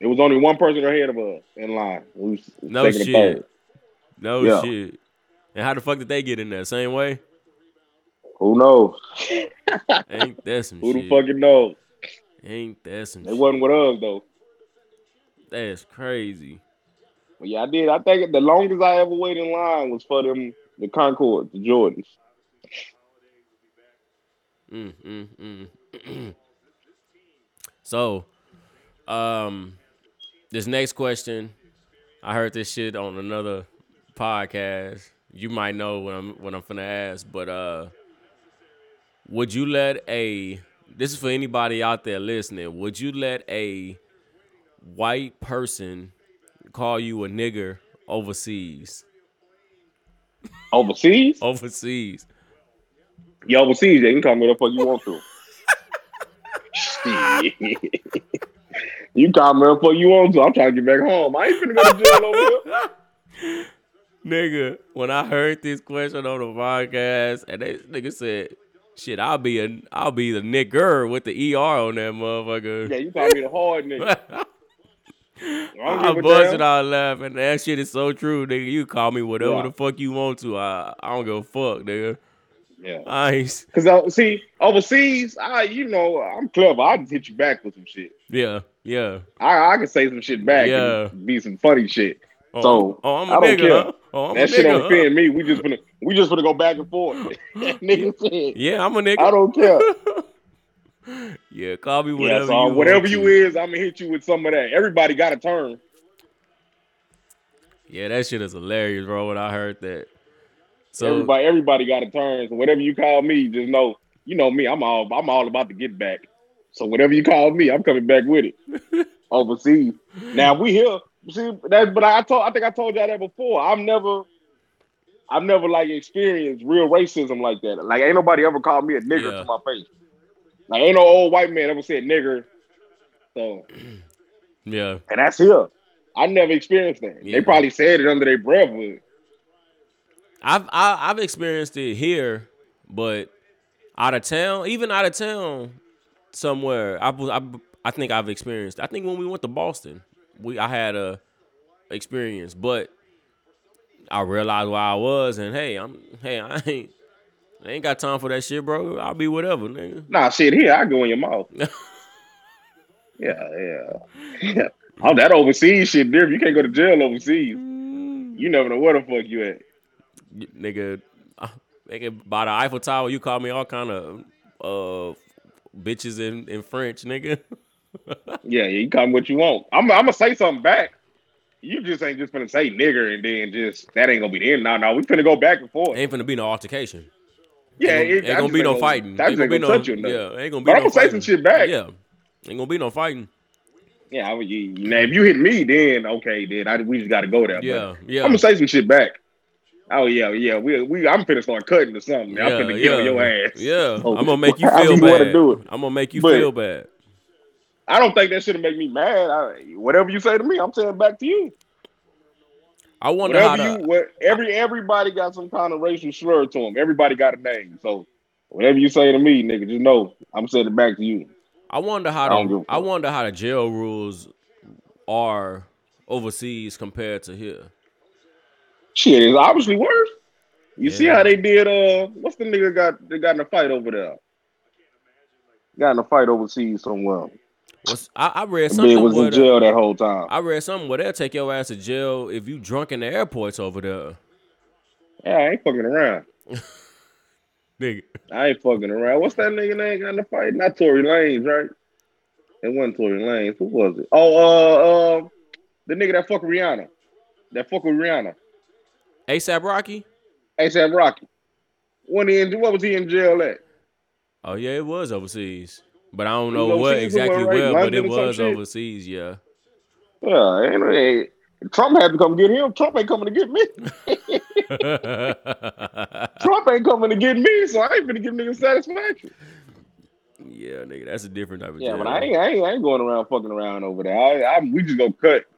Speaker 3: it was only one person ahead of us in line. We was
Speaker 1: No
Speaker 3: second and
Speaker 1: shit.
Speaker 3: third.
Speaker 1: [LAUGHS] no
Speaker 3: Yeah.
Speaker 1: shit. And how the fuck did they get in there? Same
Speaker 3: [LAUGHS]
Speaker 1: way?
Speaker 3: Who knows?
Speaker 1: Ain't that some
Speaker 3: Who
Speaker 1: shit?
Speaker 3: the fucking knows?
Speaker 1: Ain't that some
Speaker 3: They
Speaker 1: shit?
Speaker 3: wasn't with us though.
Speaker 1: That's crazy.
Speaker 3: But yeah, I did. I think the longest I ever waited in line was for them the Concord, the Jordans.
Speaker 1: Mm, mm, mm. [CLEARS THROAT] so, um, this next question, I heard this shit on another podcast. You might know what I'm what I'm finna ask, but uh, would you let a this is for anybody out there listening? Would you let a white person call you a nigger overseas? [LAUGHS]
Speaker 3: Overseas?
Speaker 1: Overseas,
Speaker 3: You overseas, yeah, you can call me the fuck you want to. Shit. you call me the fuck you want to. I'm trying to get back home. I ain't finna go to jail over here.
Speaker 1: Nigga, when I heard this question on the podcast, and they nigga said, "Shit, I'll be a, I'll be the nigger with the er on that [LAUGHS]
Speaker 3: Yeah,
Speaker 1: motherfucker."
Speaker 3: you call me the hard nigga. I
Speaker 1: I [LAUGHS]
Speaker 3: don't give a
Speaker 1: busted
Speaker 3: damn.
Speaker 1: out laughing. That shit is so true, nigga. You call me whatever
Speaker 3: Yeah.
Speaker 1: the fuck you want to. I I don't give a fuck, nigga.
Speaker 3: Yeah.
Speaker 1: I ain't, s-
Speaker 3: Cause uh, see, overseas, I you know I'm clever. I just hit you back with some shit.
Speaker 1: yeah, yeah.
Speaker 3: I I can say some shit back
Speaker 1: Yeah.
Speaker 3: and be some funny shit.
Speaker 1: Oh,
Speaker 3: So,
Speaker 1: oh, I'm a
Speaker 3: I
Speaker 1: nigga.
Speaker 3: don't care.
Speaker 1: Huh? Oh, I'm
Speaker 3: that
Speaker 1: a
Speaker 3: shit
Speaker 1: nigga.
Speaker 3: don't
Speaker 1: Huh?
Speaker 3: offend me. We just gonna we just gonna go back and
Speaker 1: [LAUGHS]
Speaker 3: forth. [LAUGHS] nigga said,
Speaker 1: Yeah, I'm a nigga.
Speaker 3: I don't
Speaker 1: [LAUGHS]
Speaker 3: care.
Speaker 1: yeah, call me whatever
Speaker 3: yeah, so
Speaker 1: you
Speaker 3: whatever
Speaker 1: want
Speaker 3: you
Speaker 1: to.
Speaker 3: is, I'm gonna hit you with some of that. Everybody got a turn.
Speaker 1: Yeah, that shit is hilarious, bro. When I heard that, so
Speaker 3: everybody, everybody got a turn. So whatever you call me, just know, you know me. I'm all, I'm all about to get back. So whatever you call me, I'm coming back with it.
Speaker 1: [LAUGHS]
Speaker 3: Overseas. Now we here. See that, but I told, I think I told y'all that before. I've never, I've never like experienced real racism like that. Like ain't nobody ever called me a nigger
Speaker 1: Yeah.
Speaker 3: to my face. Like ain't no old white man ever said nigger. So
Speaker 1: yeah,
Speaker 3: and that's here. I never experienced that.
Speaker 1: Yeah.
Speaker 3: They probably said it under their breath. But
Speaker 1: I've I, I've experienced it here, but out of town, even out of town, somewhere I, was- I I think I've experienced. I think when we went to Boston, we I had a experience, but I realized where I was, and hey, I'm hey I ain't I ain't got time for that shit, bro. I'll be whatever, nigga.
Speaker 3: Nah, shit, here I go in
Speaker 1: [LAUGHS]
Speaker 3: your mouth. yeah, yeah. [LAUGHS] All that overseas shit, different. You can't go to jail overseas. You never know where the fuck you at.
Speaker 1: Y- nigga, uh, nigga, by the Eiffel Tower, you call me all kind of uh bitches in in French, nigga.
Speaker 3: Yeah, yeah. You come what you want. I'm, I'm gonna say something back. You just ain't just gonna say nigger and then just that ain't gonna be the end. No, no, we finna go back and forth.
Speaker 1: Ain't finna be no altercation.
Speaker 3: yeah,
Speaker 1: ain't,
Speaker 3: it-
Speaker 1: gonna- ain't
Speaker 3: I
Speaker 1: gonna
Speaker 3: just
Speaker 1: be no
Speaker 3: gonna-
Speaker 1: fighting.
Speaker 3: That
Speaker 1: ain't gonna
Speaker 3: just
Speaker 1: be no,
Speaker 3: touch you enough.
Speaker 1: yeah, ain't gonna be
Speaker 3: But
Speaker 1: no
Speaker 3: I'ma say
Speaker 1: fighting.
Speaker 3: some shit back.
Speaker 1: Yeah, ain't gonna be no fighting.
Speaker 3: Yeah, I, would- you, you know, if you hit me, then okay, then I, we just gotta go there. but
Speaker 1: Yeah, yeah.
Speaker 3: I'm gonna say some shit back. Oh yeah, yeah. We we I'm finna start cutting or something. I'm
Speaker 1: yeah,
Speaker 3: finna get on your ass.
Speaker 1: Yeah,
Speaker 3: Oh,
Speaker 1: I'm gonna make
Speaker 3: [LAUGHS]
Speaker 1: you
Speaker 3: how
Speaker 1: feel
Speaker 3: you wanna
Speaker 1: bad.
Speaker 3: do it.
Speaker 1: I'm gonna make you
Speaker 3: But-
Speaker 1: feel bad.
Speaker 3: I don't think that should make me mad. I, whatever you say to me, I'm saying back to you.
Speaker 1: I wonder how
Speaker 3: Whatever
Speaker 1: to.
Speaker 3: you, what every everybody got some kind of racial slur to them. Everybody got a name. So whatever you say to me, nigga, just know I'm saying it back to you.
Speaker 1: I wonder
Speaker 3: I
Speaker 1: how
Speaker 3: don't give
Speaker 1: the.
Speaker 3: a
Speaker 1: I wonder how the jail rules are overseas compared to here.
Speaker 3: Shit, it's obviously worse. You see
Speaker 1: Yeah.
Speaker 3: how they did? Uh, what's the nigga got? They got in a fight over there. Got in a fight overseas somewhere.
Speaker 1: What's, I, I read
Speaker 3: And then
Speaker 1: something
Speaker 3: was
Speaker 1: where
Speaker 3: in
Speaker 1: the,
Speaker 3: jail that whole time.
Speaker 1: I read something where they'll take your ass to jail if you drunk in the airports over there,
Speaker 3: Yeah, I ain't fucking around.
Speaker 1: nigga.
Speaker 3: I ain't fucking around. What's that nigga name got in the fight? Not Tory Lanez, right? It wasn't Tory Lanez. Who was it? Oh, uh, uh, the nigga that fuck Rihanna. That fuck with Rihanna.
Speaker 1: ASAP Rocky.
Speaker 3: ASAP Rocky. When he in, what was he in jail at?
Speaker 1: Oh yeah, it was overseas, but I don't
Speaker 3: It
Speaker 1: know
Speaker 3: was
Speaker 1: what
Speaker 3: overseas somewhere,
Speaker 1: exactly
Speaker 3: right?
Speaker 1: where, but
Speaker 3: London
Speaker 1: it
Speaker 3: or some
Speaker 1: was
Speaker 3: [LAUGHS] shit?
Speaker 1: overseas. Yeah, [LAUGHS]
Speaker 3: Yeah, ain't, ain't, Trump had to come get him. Trump ain't coming to get [LAUGHS] me. Trump ain't coming to get me, so I ain't gonna give niggas satisfaction.
Speaker 1: yeah, nigga, that's a different type of
Speaker 3: Yeah,
Speaker 1: jail.
Speaker 3: but I ain't, I ain't, I ain't going around fucking around over there. I, I, we just gonna cut. [LAUGHS]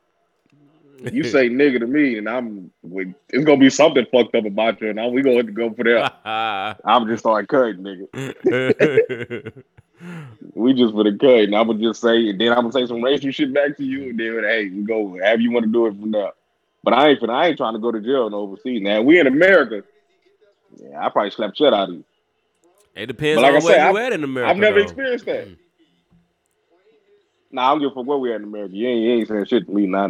Speaker 1: [LAUGHS]
Speaker 3: You say nigga to me, and I'm, we, it's gonna be something fucked up about you, and I, we gonna have to go for [LAUGHS] that. I'm just like cutting, nigga. We just for the cut, and I'm gonna just say, and then I'm gonna say some racial shit back to you, and then hey, we go however you want to do it from there. But I ain't, finna- I ain't trying to go to jail and overseas. Now we in America. Yeah, I probably slapped shit out of you.
Speaker 1: it depends
Speaker 3: But like
Speaker 1: on
Speaker 3: I
Speaker 1: where
Speaker 3: said,
Speaker 1: you
Speaker 3: I've-
Speaker 1: at in America.
Speaker 3: I've never
Speaker 1: though. [LAUGHS]
Speaker 3: experienced that. [CLEARS THROAT] Nah, I don't give a fuck where we at in America. You ain't, you ain't saying shit to me. Nah,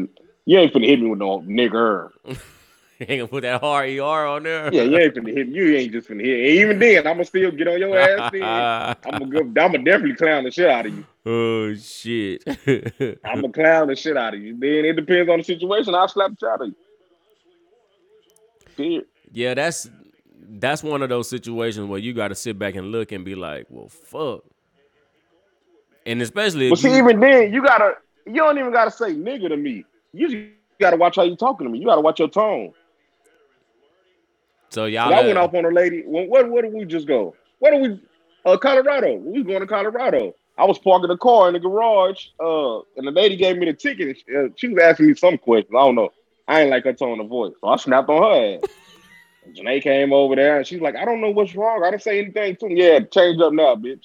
Speaker 3: you ain't finna hit me with no nigger.
Speaker 1: You ain't gonna put that hard er on there.
Speaker 3: Yeah, you ain't finna hit me. You ain't just finna hit. And even then, I'ma still get on your ass. Then. I'm gonna, I'm gonna definitely clown the shit out of you.
Speaker 1: [LAUGHS] oh shit. [LAUGHS]
Speaker 3: I'm gonna clown the shit out of you. Then it depends on the situation. I'll slap the shit out of you. Period.
Speaker 1: yeah, that's that's one of those situations where you got to sit back and look and be like, well, fuck. And especially
Speaker 3: But
Speaker 1: if
Speaker 3: see,
Speaker 1: you,
Speaker 3: even then, you gotta, you don't even gotta say nigga to me. You just gotta watch how you talking to me. You gotta watch your tone.
Speaker 1: so
Speaker 3: I,
Speaker 1: y'all
Speaker 3: I went
Speaker 1: uh,
Speaker 3: off on a lady. When, where, where did we just go? Where did we? Uh, Colorado. We was going to Colorado. I was parking the car in the garage, uh, and the lady gave me the ticket. And she, uh, she was asking me some questions. I don't know. I ain't like her tone of voice, so I snapped on her ass. And Janae came over there, and she's like, "I don't know what's wrong. I didn't say anything to him. Yeah, change up now, bitch.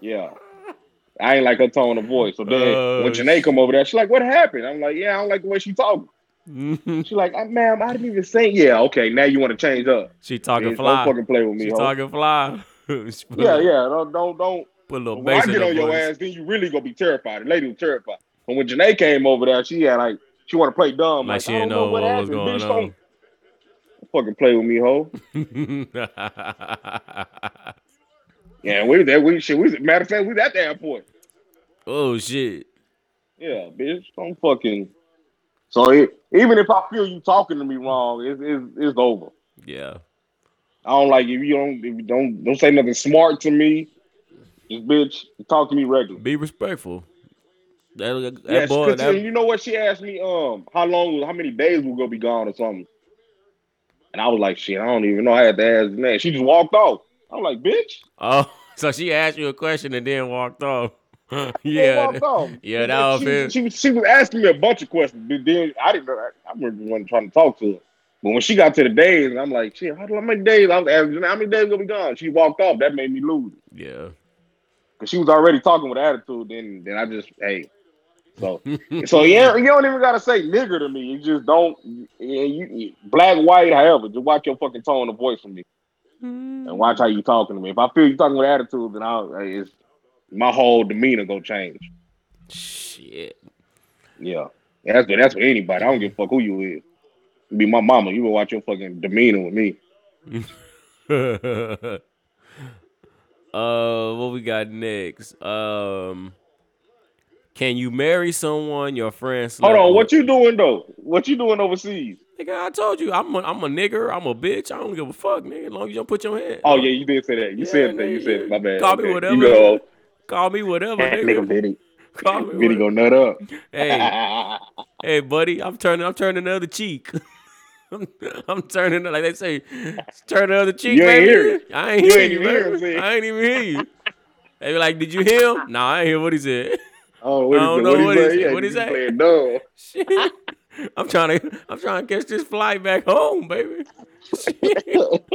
Speaker 3: yeah." I ain't like her tone of voice. So then
Speaker 1: Oh,
Speaker 3: when Janae come over there, she's like, "What happened?" I'm like, "Yeah, I don't like the way she talking."
Speaker 1: Mm-hmm.
Speaker 3: She's like, "Uh, "Ma'am, I didn't even say." Yeah, okay. Now you want to change up?
Speaker 1: she talking
Speaker 3: Bitch,
Speaker 1: fly.
Speaker 3: Don't fucking play with me,
Speaker 1: she
Speaker 3: ho.
Speaker 1: talking fly. [LAUGHS] She put
Speaker 3: Yeah,
Speaker 1: a-
Speaker 3: yeah. Don't don't don't.
Speaker 1: Put a little
Speaker 3: When I
Speaker 1: bass in
Speaker 3: get
Speaker 1: her
Speaker 3: on your
Speaker 1: voice.
Speaker 3: ass, then you really gonna be terrified. The lady was terrified. And when Janae came over there, she had like she want to play dumb.
Speaker 1: Like,
Speaker 3: Like,
Speaker 1: she
Speaker 3: I don't
Speaker 1: didn't
Speaker 3: know
Speaker 1: know
Speaker 3: what,
Speaker 1: what was going
Speaker 3: happened. Bitch,
Speaker 1: on.
Speaker 3: don't fucking play with me, ho. [LAUGHS] yeah, we was there. We shit. We was- matter of fact, we was at the airport.
Speaker 1: [LAUGHS] oh shit.
Speaker 3: Yeah, bitch. Don't fucking. So it, even if I feel you talking to me wrong, it's it's, it's over.
Speaker 1: Yeah.
Speaker 3: I don't like you. You don't if you don't don't say nothing smart to me. Just bitch, talk to me regular.
Speaker 1: Be respectful. That, that
Speaker 3: Yes,
Speaker 1: boy
Speaker 3: because
Speaker 1: that
Speaker 3: you know what? She asked me, um, how long, how many days we gonna be gone or something. And I was like, shit, I don't even know. I had to ask the man. She just walked off. I'm like, bitch.
Speaker 1: Oh, [LAUGHS] so she asked you a question and then walked off. [LAUGHS]
Speaker 3: she ain't
Speaker 1: yeah.
Speaker 3: walked off.
Speaker 1: [LAUGHS] yeah, that was
Speaker 3: she,
Speaker 1: it.
Speaker 3: She, she, was asking me a bunch of questions. But then I didn't know. I, I remember when trying to talk to her. But when she got to the days, and I'm like, shit, how, how many days? I was asking, how many days gonna be gone? She walked off. That made me lose.
Speaker 1: Yeah.
Speaker 3: Cause she was already talking with attitude. Then, then I just, hey. So So yeah, you don't even gotta say nigger to me. You just don't. Yeah, you, you black, white, however. Just watch your fucking tone of voice from me,
Speaker 1: Mm.
Speaker 3: and watch how you talking to me. If I feel you talking with attitude, then I'll. It's my whole demeanor gonna change.
Speaker 1: Shit.
Speaker 3: Yeah, that's that's for anybody. I don't give a fuck who you is. You Be my mama. You will watch your fucking demeanor with me.
Speaker 1: [LAUGHS] uh what we got next? Um Can you marry someone your friend
Speaker 3: Hold
Speaker 1: slept
Speaker 3: on,
Speaker 1: with?
Speaker 3: what you doing though? What you doing overseas?
Speaker 1: Nigga, I told you, I'm a, I'm a nigger, I'm a bitch. I don't give a fuck, nigga. As long as you don't put your hand.
Speaker 3: Oh yeah, you did say that. You
Speaker 1: Yeah,
Speaker 3: said that. You
Speaker 1: nigga,
Speaker 3: said it. my bad.
Speaker 1: Call me
Speaker 3: Okay.
Speaker 1: whatever.
Speaker 3: You know,
Speaker 1: Call me whatever,
Speaker 3: nigga,
Speaker 1: nigga.
Speaker 3: Vinny,
Speaker 1: Call me
Speaker 3: Vinny
Speaker 1: whatever.
Speaker 3: gonna nut up.
Speaker 1: [LAUGHS]
Speaker 3: [LAUGHS]
Speaker 1: Hey, hey, buddy, I'm turning. I'm turning the other cheek. [LAUGHS] I'm, I'm turning like they say, turn the other cheek,
Speaker 3: You ain't
Speaker 1: baby.
Speaker 3: hear it.
Speaker 1: I ain't
Speaker 3: You
Speaker 1: hear
Speaker 3: ain't
Speaker 1: you,
Speaker 3: even hear him,
Speaker 1: baby.
Speaker 3: see?
Speaker 1: I ain't even hear you. They be like, did you hear him? Nah, I ain't hear what he said.
Speaker 3: Oh, what
Speaker 1: I don't
Speaker 3: is
Speaker 1: know
Speaker 3: it? What,
Speaker 1: what
Speaker 3: is
Speaker 1: he said.
Speaker 3: it? Yeah,
Speaker 1: What he
Speaker 3: you
Speaker 1: say?
Speaker 3: Playing dumb.
Speaker 1: Shit. [LAUGHS] I'm trying to. I'm trying to catch this flight back home, baby. [LAUGHS] Shit.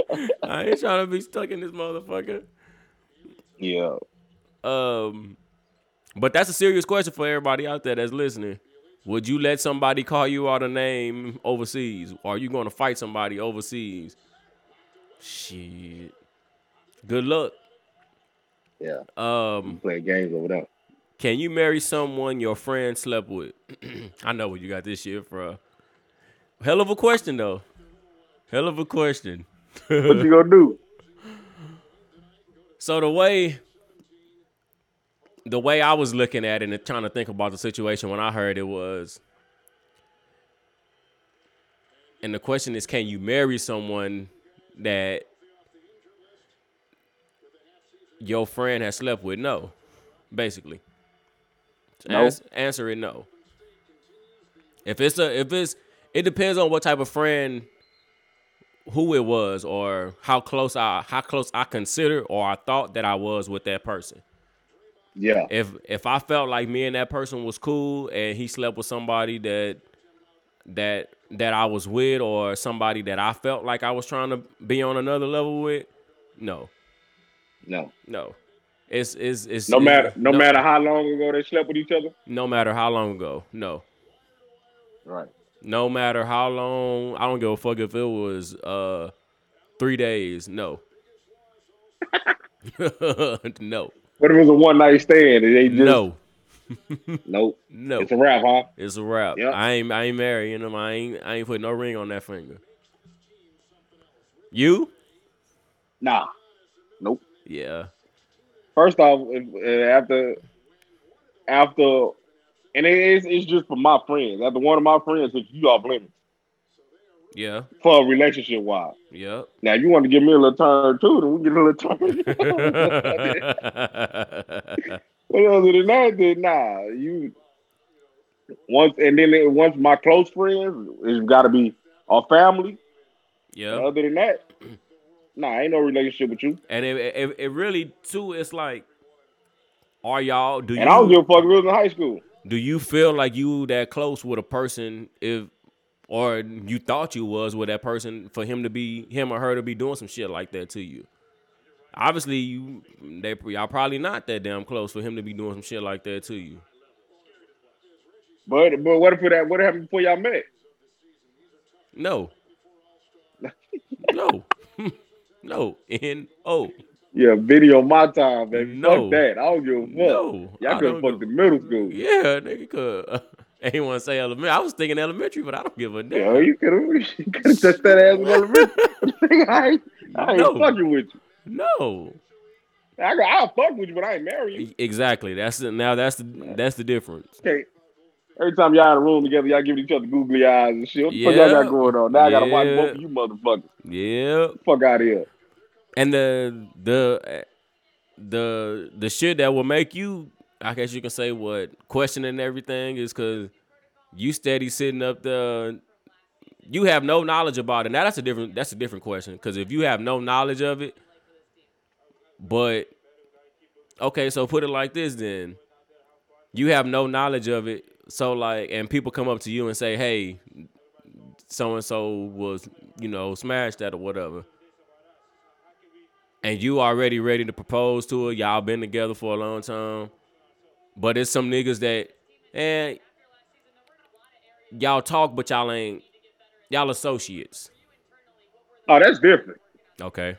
Speaker 1: I ain't trying to be stuck in this motherfucker.
Speaker 3: Yeah.
Speaker 1: Um, but that's a serious question for everybody out there that's listening. Would you let somebody call you out a name overseas? Or are you going to fight somebody overseas? Shit. Good luck.
Speaker 3: Yeah.
Speaker 1: Um,
Speaker 3: Playing games over [LAUGHS] there.
Speaker 1: can you marry someone your friend slept with? [CLEARS THROAT] I know where you got this shit from. Hell of a question though. Hell of a question.
Speaker 3: What you gonna do?
Speaker 1: So the way the way I was looking at it and trying to think about the situation when I heard it was and the question is can you marry someone that your friend has slept with? No. Basically.
Speaker 3: No.
Speaker 1: Ans- answer it no. If it's a if it's it depends on what type of friend who it was or how close I how close I consider or I thought that I was with that person.
Speaker 3: Yeah.
Speaker 1: If if I felt like me and that person was cool and he slept with somebody that that that I was with or somebody that I felt like I was trying to be on another level with, no.
Speaker 3: No.
Speaker 1: No. It's it's it's
Speaker 3: No
Speaker 1: it's-
Speaker 3: matter no, matter how long ago they slept with each other.
Speaker 1: no matter how long ago. No.
Speaker 3: Right.
Speaker 1: No matter how long, I don't give a fuck if it was uh three days. No. [LAUGHS] no.
Speaker 3: But if it was a one night stand, and they just
Speaker 1: No.
Speaker 3: nope.
Speaker 1: No.
Speaker 3: It's a wrap, huh?
Speaker 1: It's a wrap.
Speaker 3: Yep.
Speaker 1: I ain't I ain't marrying him. I ain't I ain't putting no ring on that finger. You?
Speaker 3: Nah. Nope.
Speaker 1: Yeah.
Speaker 3: First off, if, uh, after after and it is it's just for my friends. After one of my friends, if you off limits
Speaker 1: Yeah.
Speaker 3: for a relationship wise.
Speaker 1: Yep. [LAUGHS]
Speaker 3: Now you want to give me a little turn too, then we get a little
Speaker 1: [LAUGHS]
Speaker 3: turn. [LAUGHS] But other than that, then nah, you once and then it, once my close friends, it's got to be our family.
Speaker 1: yeah.
Speaker 3: Other than that, [CLEARS THROAT] nah, ain't no relationship with you.
Speaker 1: And it, it it really too it's like are y'all do
Speaker 3: And
Speaker 1: you
Speaker 3: I don't give a fuck if it was in high school.
Speaker 1: Do you feel like you that close with a person if or you thought you was with that person for him to be him or her to be doing some shit like that to you? Obviously, you they y'all probably not that damn close for him to be doing some shit like that to you.
Speaker 3: But but what if that? What happened before y'all met?
Speaker 1: No. no. [LAUGHS] no. N O.
Speaker 3: Yeah, video my time, baby.
Speaker 1: No.
Speaker 3: Fuck that. I don't give a fuck.
Speaker 1: No. I
Speaker 3: Y'all could
Speaker 1: don't
Speaker 3: have fucked
Speaker 1: give-
Speaker 3: in middle school. Yeah,
Speaker 1: [LAUGHS] Yeah, nigga could. [LAUGHS] I ain't want to say elementary. I was thinking elementary, but I don't give a damn.
Speaker 3: you could have [LAUGHS] you could have touched that ass in [LAUGHS] elementary. I ain't, I ain't
Speaker 1: No.
Speaker 3: fucking with you.
Speaker 1: [LAUGHS] No.
Speaker 3: I, I'll fuck with you, but I ain't marry you.
Speaker 1: Exactly. That's the, now that's the that's the difference.
Speaker 3: Okay. Every time y'all in a room together, y'all giving each other googly eyes and shit. What the
Speaker 1: Yeah.
Speaker 3: fuck y'all got going on? Now I gotta watch
Speaker 1: Yeah.
Speaker 3: both of you motherfuckers.
Speaker 1: Yep.
Speaker 3: Fuck out of here.
Speaker 1: and the the the the shit that will make you i guess you can say what questioning everything is because you steady sitting up there you have no knowledge about it now that's a different that's a different question because if you have no knowledge of it but okay so put it like this then you have no knowledge of it so like and people come up to you and say hey so and so was you know smashed that or whatever and you already ready to propose to her. Y'all been together for a long time, but it's some niggas that and y'all talk, but y'all ain't y'all associates.
Speaker 3: Oh, that's different.
Speaker 1: Okay.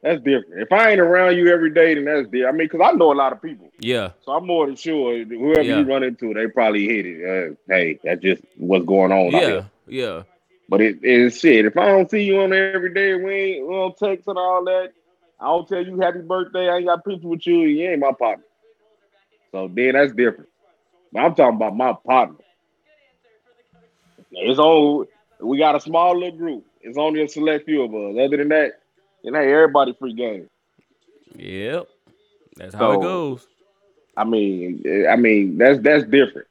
Speaker 3: That's different. If I ain't around you every day, then that's different. I mean, because I know a lot of people.
Speaker 1: Yeah.
Speaker 3: So I'm more than sure that whoever
Speaker 1: Yeah.
Speaker 3: you run into, they probably hit it. Uh, hey, that's just what's going on.
Speaker 1: Yeah.
Speaker 3: out here.
Speaker 1: Yeah.
Speaker 3: But it, it's shit. If I don't see you on there every day, we ain't we don't text and all that. I don't tell you happy birthday. I ain't got pictures with you. You ain't my partner. So then that's different. But I'm talking about my partner. It's on. We got a small little group. It's only a select few of us. Other than that, it ain't everybody free game.
Speaker 1: Yep. That's how
Speaker 3: So-
Speaker 1: it goes.
Speaker 3: I mean, eh, I mean that's that's different.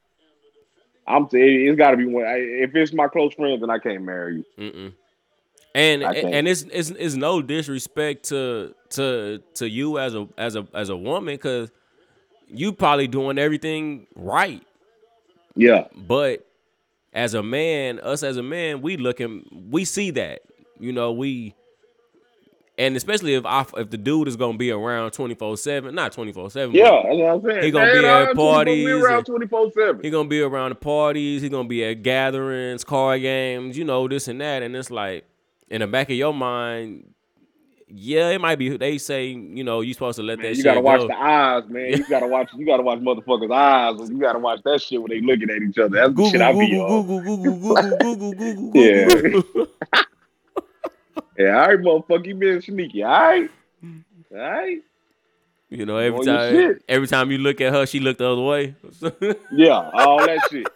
Speaker 3: I'm. T- it- it's got to be one. I, if it's my close friends, then I can't marry you.
Speaker 1: Mm-mm. And
Speaker 3: I think-
Speaker 1: and it's, it's it's no disrespect to to to you as a as a as a woman because you probably doing everything right.
Speaker 3: Yeah,
Speaker 1: But as a man, us as a man, we looking, we see that, you know, we, and especially if I, if the dude is gonna be around twenty four seven, not twenty four seven,
Speaker 3: yeah. That's what I'm saying.
Speaker 1: He gonna be
Speaker 3: Man,
Speaker 1: at
Speaker 3: I'm 24 we
Speaker 1: parties
Speaker 3: around
Speaker 1: and-
Speaker 3: twenty four seven.
Speaker 1: he gonna be around the parties, he gonna be at gatherings, card games, you know, this and that, and it's like in the back of your mind, yeah, it might be. They say, you know, you supposed to let
Speaker 3: Man,
Speaker 1: that
Speaker 3: you
Speaker 1: shit
Speaker 3: gotta watch
Speaker 1: go.
Speaker 3: the eyes, man. You gotta watch. You gotta watch motherfuckers' eyes. You gotta watch that shit when they looking at each other. That's the shit I
Speaker 1: Google,
Speaker 3: be on.
Speaker 1: Google, Google, Google, Google, Google, Google,
Speaker 3: [LAUGHS] Yeah.
Speaker 1: Google. [LAUGHS]
Speaker 3: Yeah, all right, motherfucker, you been sneaky. All right, all right.
Speaker 1: You know, every
Speaker 3: On your
Speaker 1: time,
Speaker 3: shit.
Speaker 1: every time you look at her, she look the other way. [LAUGHS]
Speaker 3: Yeah, all that shit,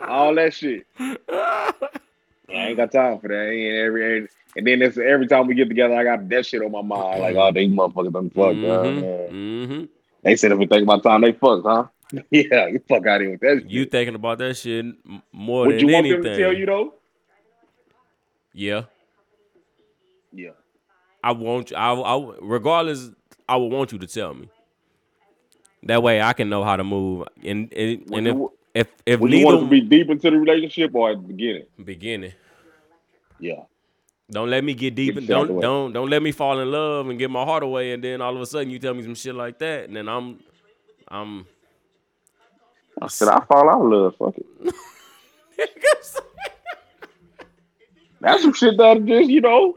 Speaker 3: all that shit. I ain't got time for that. Ain't every ain't- and then it's every time we get together, I got that shit on my mind. Like, oh, these motherfuckers done fucked. uh,
Speaker 1: Mhm,
Speaker 3: man.
Speaker 1: mhm.
Speaker 3: They said if we think about time, they fucked, huh? [LAUGHS] Yeah, you fuck out here with that.
Speaker 1: You
Speaker 3: shit.
Speaker 1: thinking about that shit m- more
Speaker 3: Would
Speaker 1: than
Speaker 3: you want
Speaker 1: anything?
Speaker 3: them to tell you though?
Speaker 1: Yeah,
Speaker 3: Yeah.
Speaker 1: I want you. I, I regardless, I would want you to tell me. That way, I can know how to move. And and,
Speaker 3: Would
Speaker 1: and if,
Speaker 3: you,
Speaker 1: if if
Speaker 3: would you want it
Speaker 1: neither
Speaker 3: to be deep into the relationship or at the beginning?
Speaker 1: beginning,
Speaker 3: Yeah.
Speaker 1: don't let me get deep.
Speaker 3: Get
Speaker 1: and
Speaker 3: shit out the
Speaker 1: don't
Speaker 3: way.
Speaker 1: don't don't let me fall in love and get my heart away. And then all of a sudden, you tell me some shit like that, and then I'm I'm. [LAUGHS]
Speaker 3: I said I fall out of love. Fuck it. That's some shit that just
Speaker 1: [LAUGHS]
Speaker 3: you know.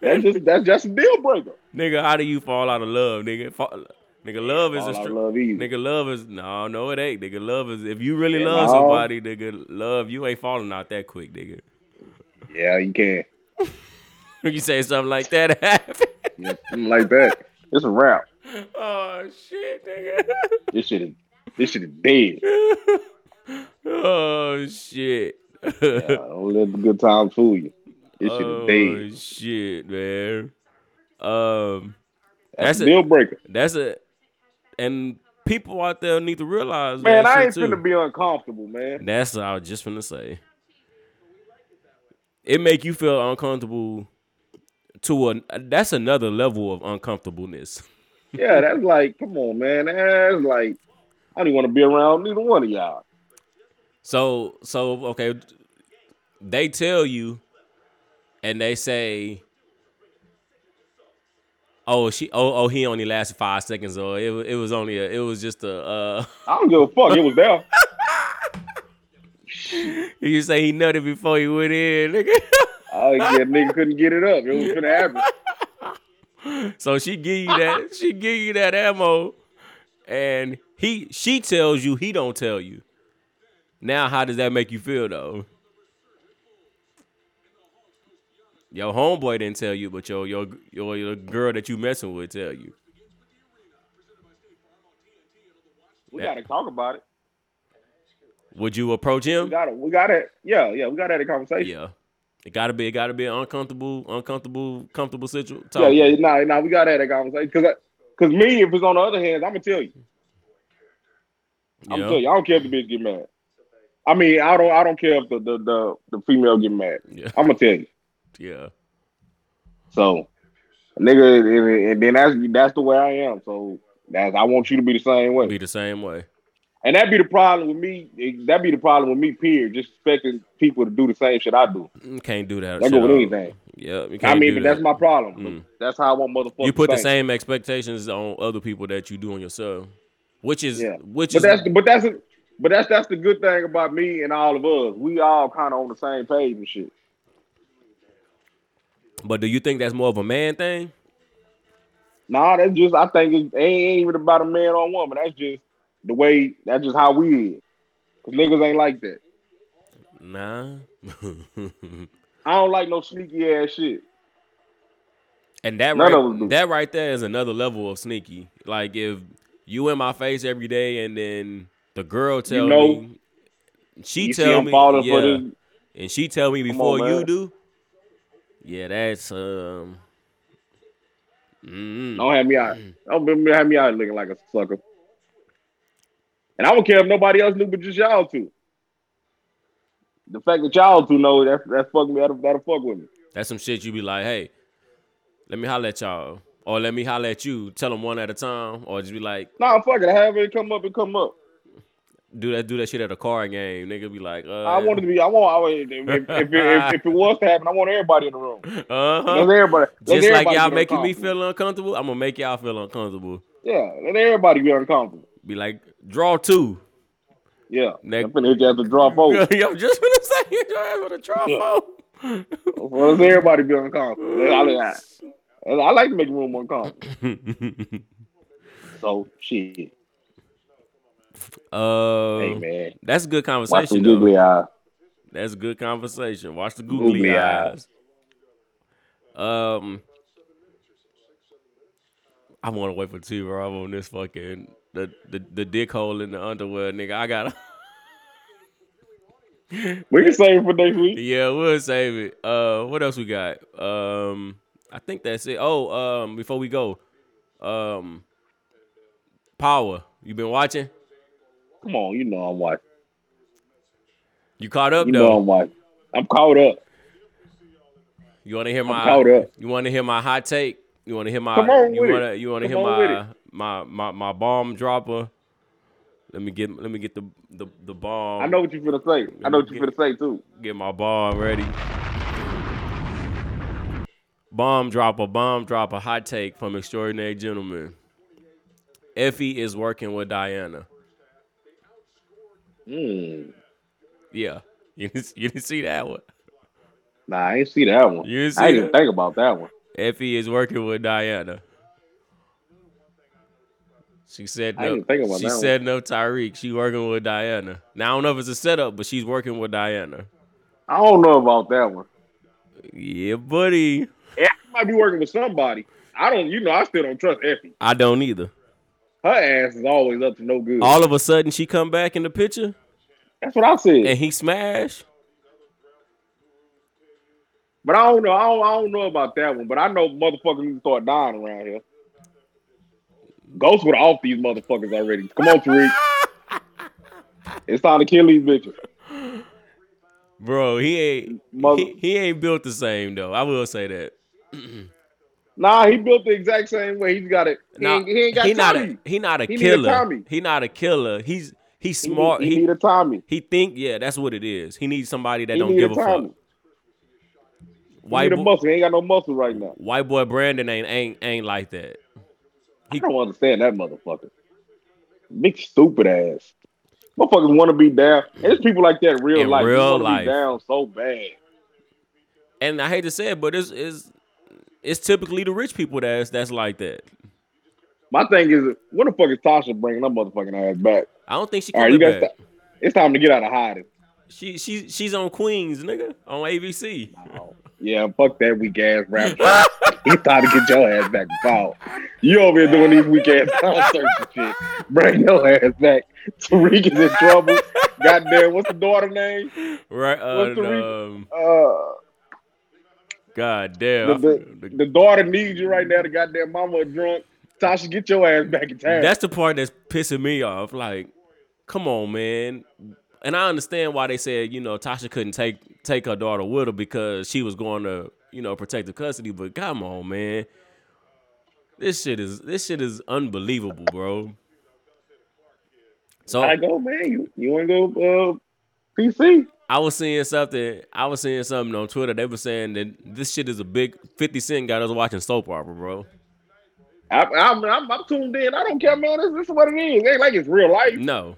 Speaker 3: That's just that's just a deal breaker.
Speaker 1: Nigga, how do you fall out of love, nigga? Fall, nigga, love is
Speaker 3: Fall
Speaker 1: a
Speaker 3: out of
Speaker 1: str-
Speaker 3: love easy.
Speaker 1: nigga. Love is no, no, it ain't. Nigga, love is if you really
Speaker 3: Yeah,
Speaker 1: love
Speaker 3: no.
Speaker 1: somebody, nigga, love you ain't falling out that quick, nigga. [LAUGHS]
Speaker 3: Yeah, you can.
Speaker 1: you say something like that, it happen. [LAUGHS]
Speaker 3: Yeah, something like that. It's a wrap.
Speaker 1: oh shit, nigga. [LAUGHS]
Speaker 3: This shit is this shit is dead.
Speaker 1: oh shit. [LAUGHS]
Speaker 3: Yeah, Uh, don't let the good times fool you. This shit
Speaker 1: oh
Speaker 3: is dead.
Speaker 1: shit, man. Um,
Speaker 3: That's,
Speaker 1: that's
Speaker 3: a
Speaker 1: it.
Speaker 3: deal breaker.
Speaker 1: that's a, and people out there need to realize,
Speaker 3: Man,
Speaker 1: that
Speaker 3: I
Speaker 1: shit
Speaker 3: ain't
Speaker 1: too.
Speaker 3: finna be uncomfortable, man.
Speaker 1: That's what I was just gonna say. It make you feel uncomfortable to a that's another level of uncomfortableness.
Speaker 3: Yeah, that's like, come on, man. That's like, I don't want to be around neither one of y'all.
Speaker 1: So so okay, they tell you, and they say, "Oh she oh oh he only lasted five seconds or it wa- it was only a, it was just a uh, [LAUGHS]
Speaker 3: I don't give a fuck. It was there.
Speaker 1: you say he nutted before he went in nigga."
Speaker 3: I yeah, nigga couldn't get it up. It was gonna happen.
Speaker 1: So she give you
Speaker 3: [LAUGHS]
Speaker 1: that she give you that ammo, and he she tells you he don't tell you. Now how does that make you feel though? Your homeboy didn't tell you, but your your your, your girl that you messing with tell you.
Speaker 3: We gotta talk about it.
Speaker 1: Would you approach
Speaker 3: We
Speaker 1: him?
Speaker 3: gotta, we gotta, yeah, yeah, we gotta have a conversation.
Speaker 1: Yeah, it gotta be it gotta be an uncomfortable uncomfortable comfortable situation.
Speaker 3: Yeah, yeah, yeah nah, nah, we gotta have a conversation. Cause, I, cause me, if it's on the other hand, I'm gonna tell you. I'm gonna tell you. I don't care if the bitch get mad. I mean, I don't, I don't care if the the the, the female get mad.
Speaker 1: yeah,
Speaker 3: I'm gonna tell you.
Speaker 1: yeah.
Speaker 3: So, nigga, and, and then that's that's the way I am. So that's I want you to be the same way.
Speaker 1: Be the same way.
Speaker 3: And that'd be the problem with me. That'd be the problem with me, period. Just expecting people to do the same shit I do.
Speaker 1: Can't do that.
Speaker 3: That
Speaker 1: shit
Speaker 3: go with
Speaker 1: all.
Speaker 3: anything.
Speaker 1: Yeah, you
Speaker 3: I
Speaker 1: can't
Speaker 3: mean,
Speaker 1: do
Speaker 3: but that's
Speaker 1: that.
Speaker 3: my problem.
Speaker 1: Mm.
Speaker 3: That's how I want motherfuckers.
Speaker 1: you put
Speaker 3: to
Speaker 1: the
Speaker 3: think.
Speaker 1: same expectations on other people that you do on yourself, which is
Speaker 3: Yeah.
Speaker 1: which
Speaker 3: But
Speaker 1: is
Speaker 3: that's but that's but that's that's the good thing about me and all of us. We all kind of on the same page and shit.
Speaker 1: but do you think that's more of a man thing?
Speaker 3: Nah, that's just I think it ain't, ain't even about a man or a woman. That's just the way. That's just how we is. 'Cause niggas ain't like that.
Speaker 1: Nah. [LAUGHS]
Speaker 3: I don't like no sneaky ass shit.
Speaker 1: and that
Speaker 3: None of us do.
Speaker 1: right, that right there is another level of sneaky. Like if you in my face every day and then the girl tell
Speaker 3: know,
Speaker 1: me she
Speaker 3: you see
Speaker 1: tell
Speaker 3: I'm
Speaker 1: me
Speaker 3: falling
Speaker 1: yeah,
Speaker 3: for this.
Speaker 1: and she tell me
Speaker 3: Come on,
Speaker 1: before
Speaker 3: man.
Speaker 1: you do. Yeah, that's um mm,
Speaker 3: Don't have me out. Don't be- have me out looking like a sucker. And I don't care if nobody else knew but just y'all two. The fact that y'all two know that that fuck me that'll, that'll fuck with me.
Speaker 1: That's some shit you be like, hey, let me holler at y'all. Or let me holler at you. Tell them one at a time. Or just be like,
Speaker 3: Nah, fuck it. Have it come up and come up.
Speaker 1: do that do that shit at a card game. Nigga be like, uh
Speaker 3: I want it to be. I want. I, would- if, if, if, if, if it was to happen, I want everybody in
Speaker 1: [LAUGHS]
Speaker 3: the room. Let
Speaker 1: uh-huh.
Speaker 3: everybody. let
Speaker 1: Just like
Speaker 3: everybody
Speaker 1: y'all
Speaker 3: get
Speaker 1: making me
Speaker 3: uncomfortable.
Speaker 1: feel uncomfortable, I'm gonna make y'all feel uncomfortable.
Speaker 3: Yeah, let everybody be uncomfortable.
Speaker 1: Be like, draw two.
Speaker 3: Yeah,
Speaker 1: Next-
Speaker 3: I'm finna hit you at the draw
Speaker 1: [LAUGHS]
Speaker 3: forward.
Speaker 1: I'm just gonna say you don't have to draw [LAUGHS] four.
Speaker 3: Well, let everybody be
Speaker 1: [LAUGHS]
Speaker 3: uncomfortable. Let- I, like- I, I like to make room uncomfortable.
Speaker 1: [LAUGHS]
Speaker 3: so shit.
Speaker 1: uh,
Speaker 3: Hey man,
Speaker 1: that's good
Speaker 3: watch some
Speaker 1: conversation. though.
Speaker 3: googly eye.
Speaker 1: That's good conversation. Watch the googly,
Speaker 3: Googly
Speaker 1: eyes. Um, I want to wait for T Rob on this fucking the, the the dick hole in the underwear, nigga. I gotta. [LAUGHS]
Speaker 3: We can save it for next week.
Speaker 1: yeah, we'll save it. Uh, what else we got? Um, I think that's it. Oh, um, before we go, um, power. You been watching?
Speaker 3: Come on, you know I'm watching.
Speaker 1: You caught up
Speaker 3: You know
Speaker 1: though.
Speaker 3: I'm watching. I'm caught up.
Speaker 1: You want to hear
Speaker 3: I'm
Speaker 1: my
Speaker 3: caught up.
Speaker 1: You want to hear my hot take? You want to hear my
Speaker 3: Come on
Speaker 1: you
Speaker 3: with it.
Speaker 1: want to you want to
Speaker 3: Come
Speaker 1: hear
Speaker 3: on with
Speaker 1: my, my my my bomb dropper? Let me get let me get the the the bomb.
Speaker 3: I know what you're gonna say. I know what you're gonna say too.
Speaker 1: Get my bomb ready. Bomb dropper, bomb dropper, hot take from extraordinary gentleman. Effie is working with Diana.
Speaker 3: Mm.
Speaker 1: Yeah, [LAUGHS] you didn't, you didn't see that one.
Speaker 3: Nah, I ain't see that one.
Speaker 1: You didn't see
Speaker 3: I didn't
Speaker 1: that?
Speaker 3: think about that one.
Speaker 1: Effie E is working with Diana. She said
Speaker 3: I didn't
Speaker 1: no.
Speaker 3: think about
Speaker 1: She
Speaker 3: that one.
Speaker 1: said no, Tyreek. She working with Diana. Now I don't know if it's a setup, but she's working with Diana.
Speaker 3: I don't know about that one.
Speaker 1: Yeah, buddy.
Speaker 3: Yeah, I might be working with somebody. I don't. You know, I still don't trust Effie.
Speaker 1: I don't either.
Speaker 3: Her ass is always up to no good.
Speaker 1: All of a sudden, she come back in the picture
Speaker 3: That's what I said.
Speaker 1: and he smashed.
Speaker 3: But I don't know. I don't, I don't know about that one. But I know motherfuckers need to start dying around here. Ghost would off these motherfuckers already. Come on,
Speaker 1: [LAUGHS]
Speaker 3: Tariq. it's time to kill these bitches.
Speaker 1: Bro, he ain't
Speaker 3: Mother-
Speaker 1: he, he ain't built the same though. I will say that.
Speaker 3: Nah, he built the exact same way. He's got it. He,
Speaker 1: Nah,
Speaker 3: ain't, he ain't got
Speaker 1: he not
Speaker 3: Tommy.
Speaker 1: a he not a
Speaker 3: He need a
Speaker 1: killer.
Speaker 3: Tommy.
Speaker 1: he not a killer. He's he's
Speaker 3: He need-
Speaker 1: smart.
Speaker 3: He,
Speaker 1: He, he,
Speaker 3: need a Tommy.
Speaker 1: think yeah, that's what it is. He needs somebody that
Speaker 3: He
Speaker 1: don't
Speaker 3: need
Speaker 1: give
Speaker 3: a
Speaker 1: a fuck.
Speaker 3: Tommy. He
Speaker 1: White
Speaker 3: need a
Speaker 1: boy,
Speaker 3: muscle. He ain't got no muscle right now.
Speaker 1: white boy Brandon ain't ain't ain't like that.
Speaker 3: I don't understand that motherfucker. Big stupid ass. Motherfuckers want to be down. And there's people like that in real
Speaker 1: In
Speaker 3: life. They
Speaker 1: real
Speaker 3: wanna
Speaker 1: life.
Speaker 3: Be down so bad.
Speaker 1: And I hate to say it, but it's it's it's typically the rich people that's that's like that.
Speaker 3: My thing is, what the fuck is Tasha bringing her motherfucking ass back?
Speaker 1: I don't think she
Speaker 3: All right,
Speaker 1: coming
Speaker 3: you guys,
Speaker 1: back.
Speaker 3: sti- it's time to get out of hiding.
Speaker 1: She she she's on Queens, nigga, on ABC.
Speaker 3: Oh, yeah, fuck that weak ass rap. shit. it's time to get your ass back. Wow. You over here doing these weak ass [LAUGHS] concerts and shit. Bring your ass back. Tariq is in trouble. Goddamn, what's the daughter name?
Speaker 1: Right?
Speaker 3: What's the
Speaker 1: Uh,
Speaker 3: reason?
Speaker 1: um,
Speaker 3: Uh,
Speaker 1: God
Speaker 3: the,
Speaker 1: damn.
Speaker 3: the, the daughter needs you right now. The goddamn mama a drunk. Tasha, get your ass back in town.
Speaker 1: That's the part that's pissing me off. Like, come on, man. And I understand why they said, you know, Tasha couldn't take take her daughter with her because she was going to, you know, protective custody. But come on, man. This shit is this shit is unbelievable, bro. So
Speaker 3: I go, man. You you want to go uh, PC?
Speaker 1: I was seeing something. I was seeing something on Twitter. They were saying that this shit is a big 50 Cent got us watching soap opera, bro.
Speaker 3: I, I'm, I'm I'm tuned in. I don't care, man. This, this is what it is. It ain't like it's real life.
Speaker 1: No,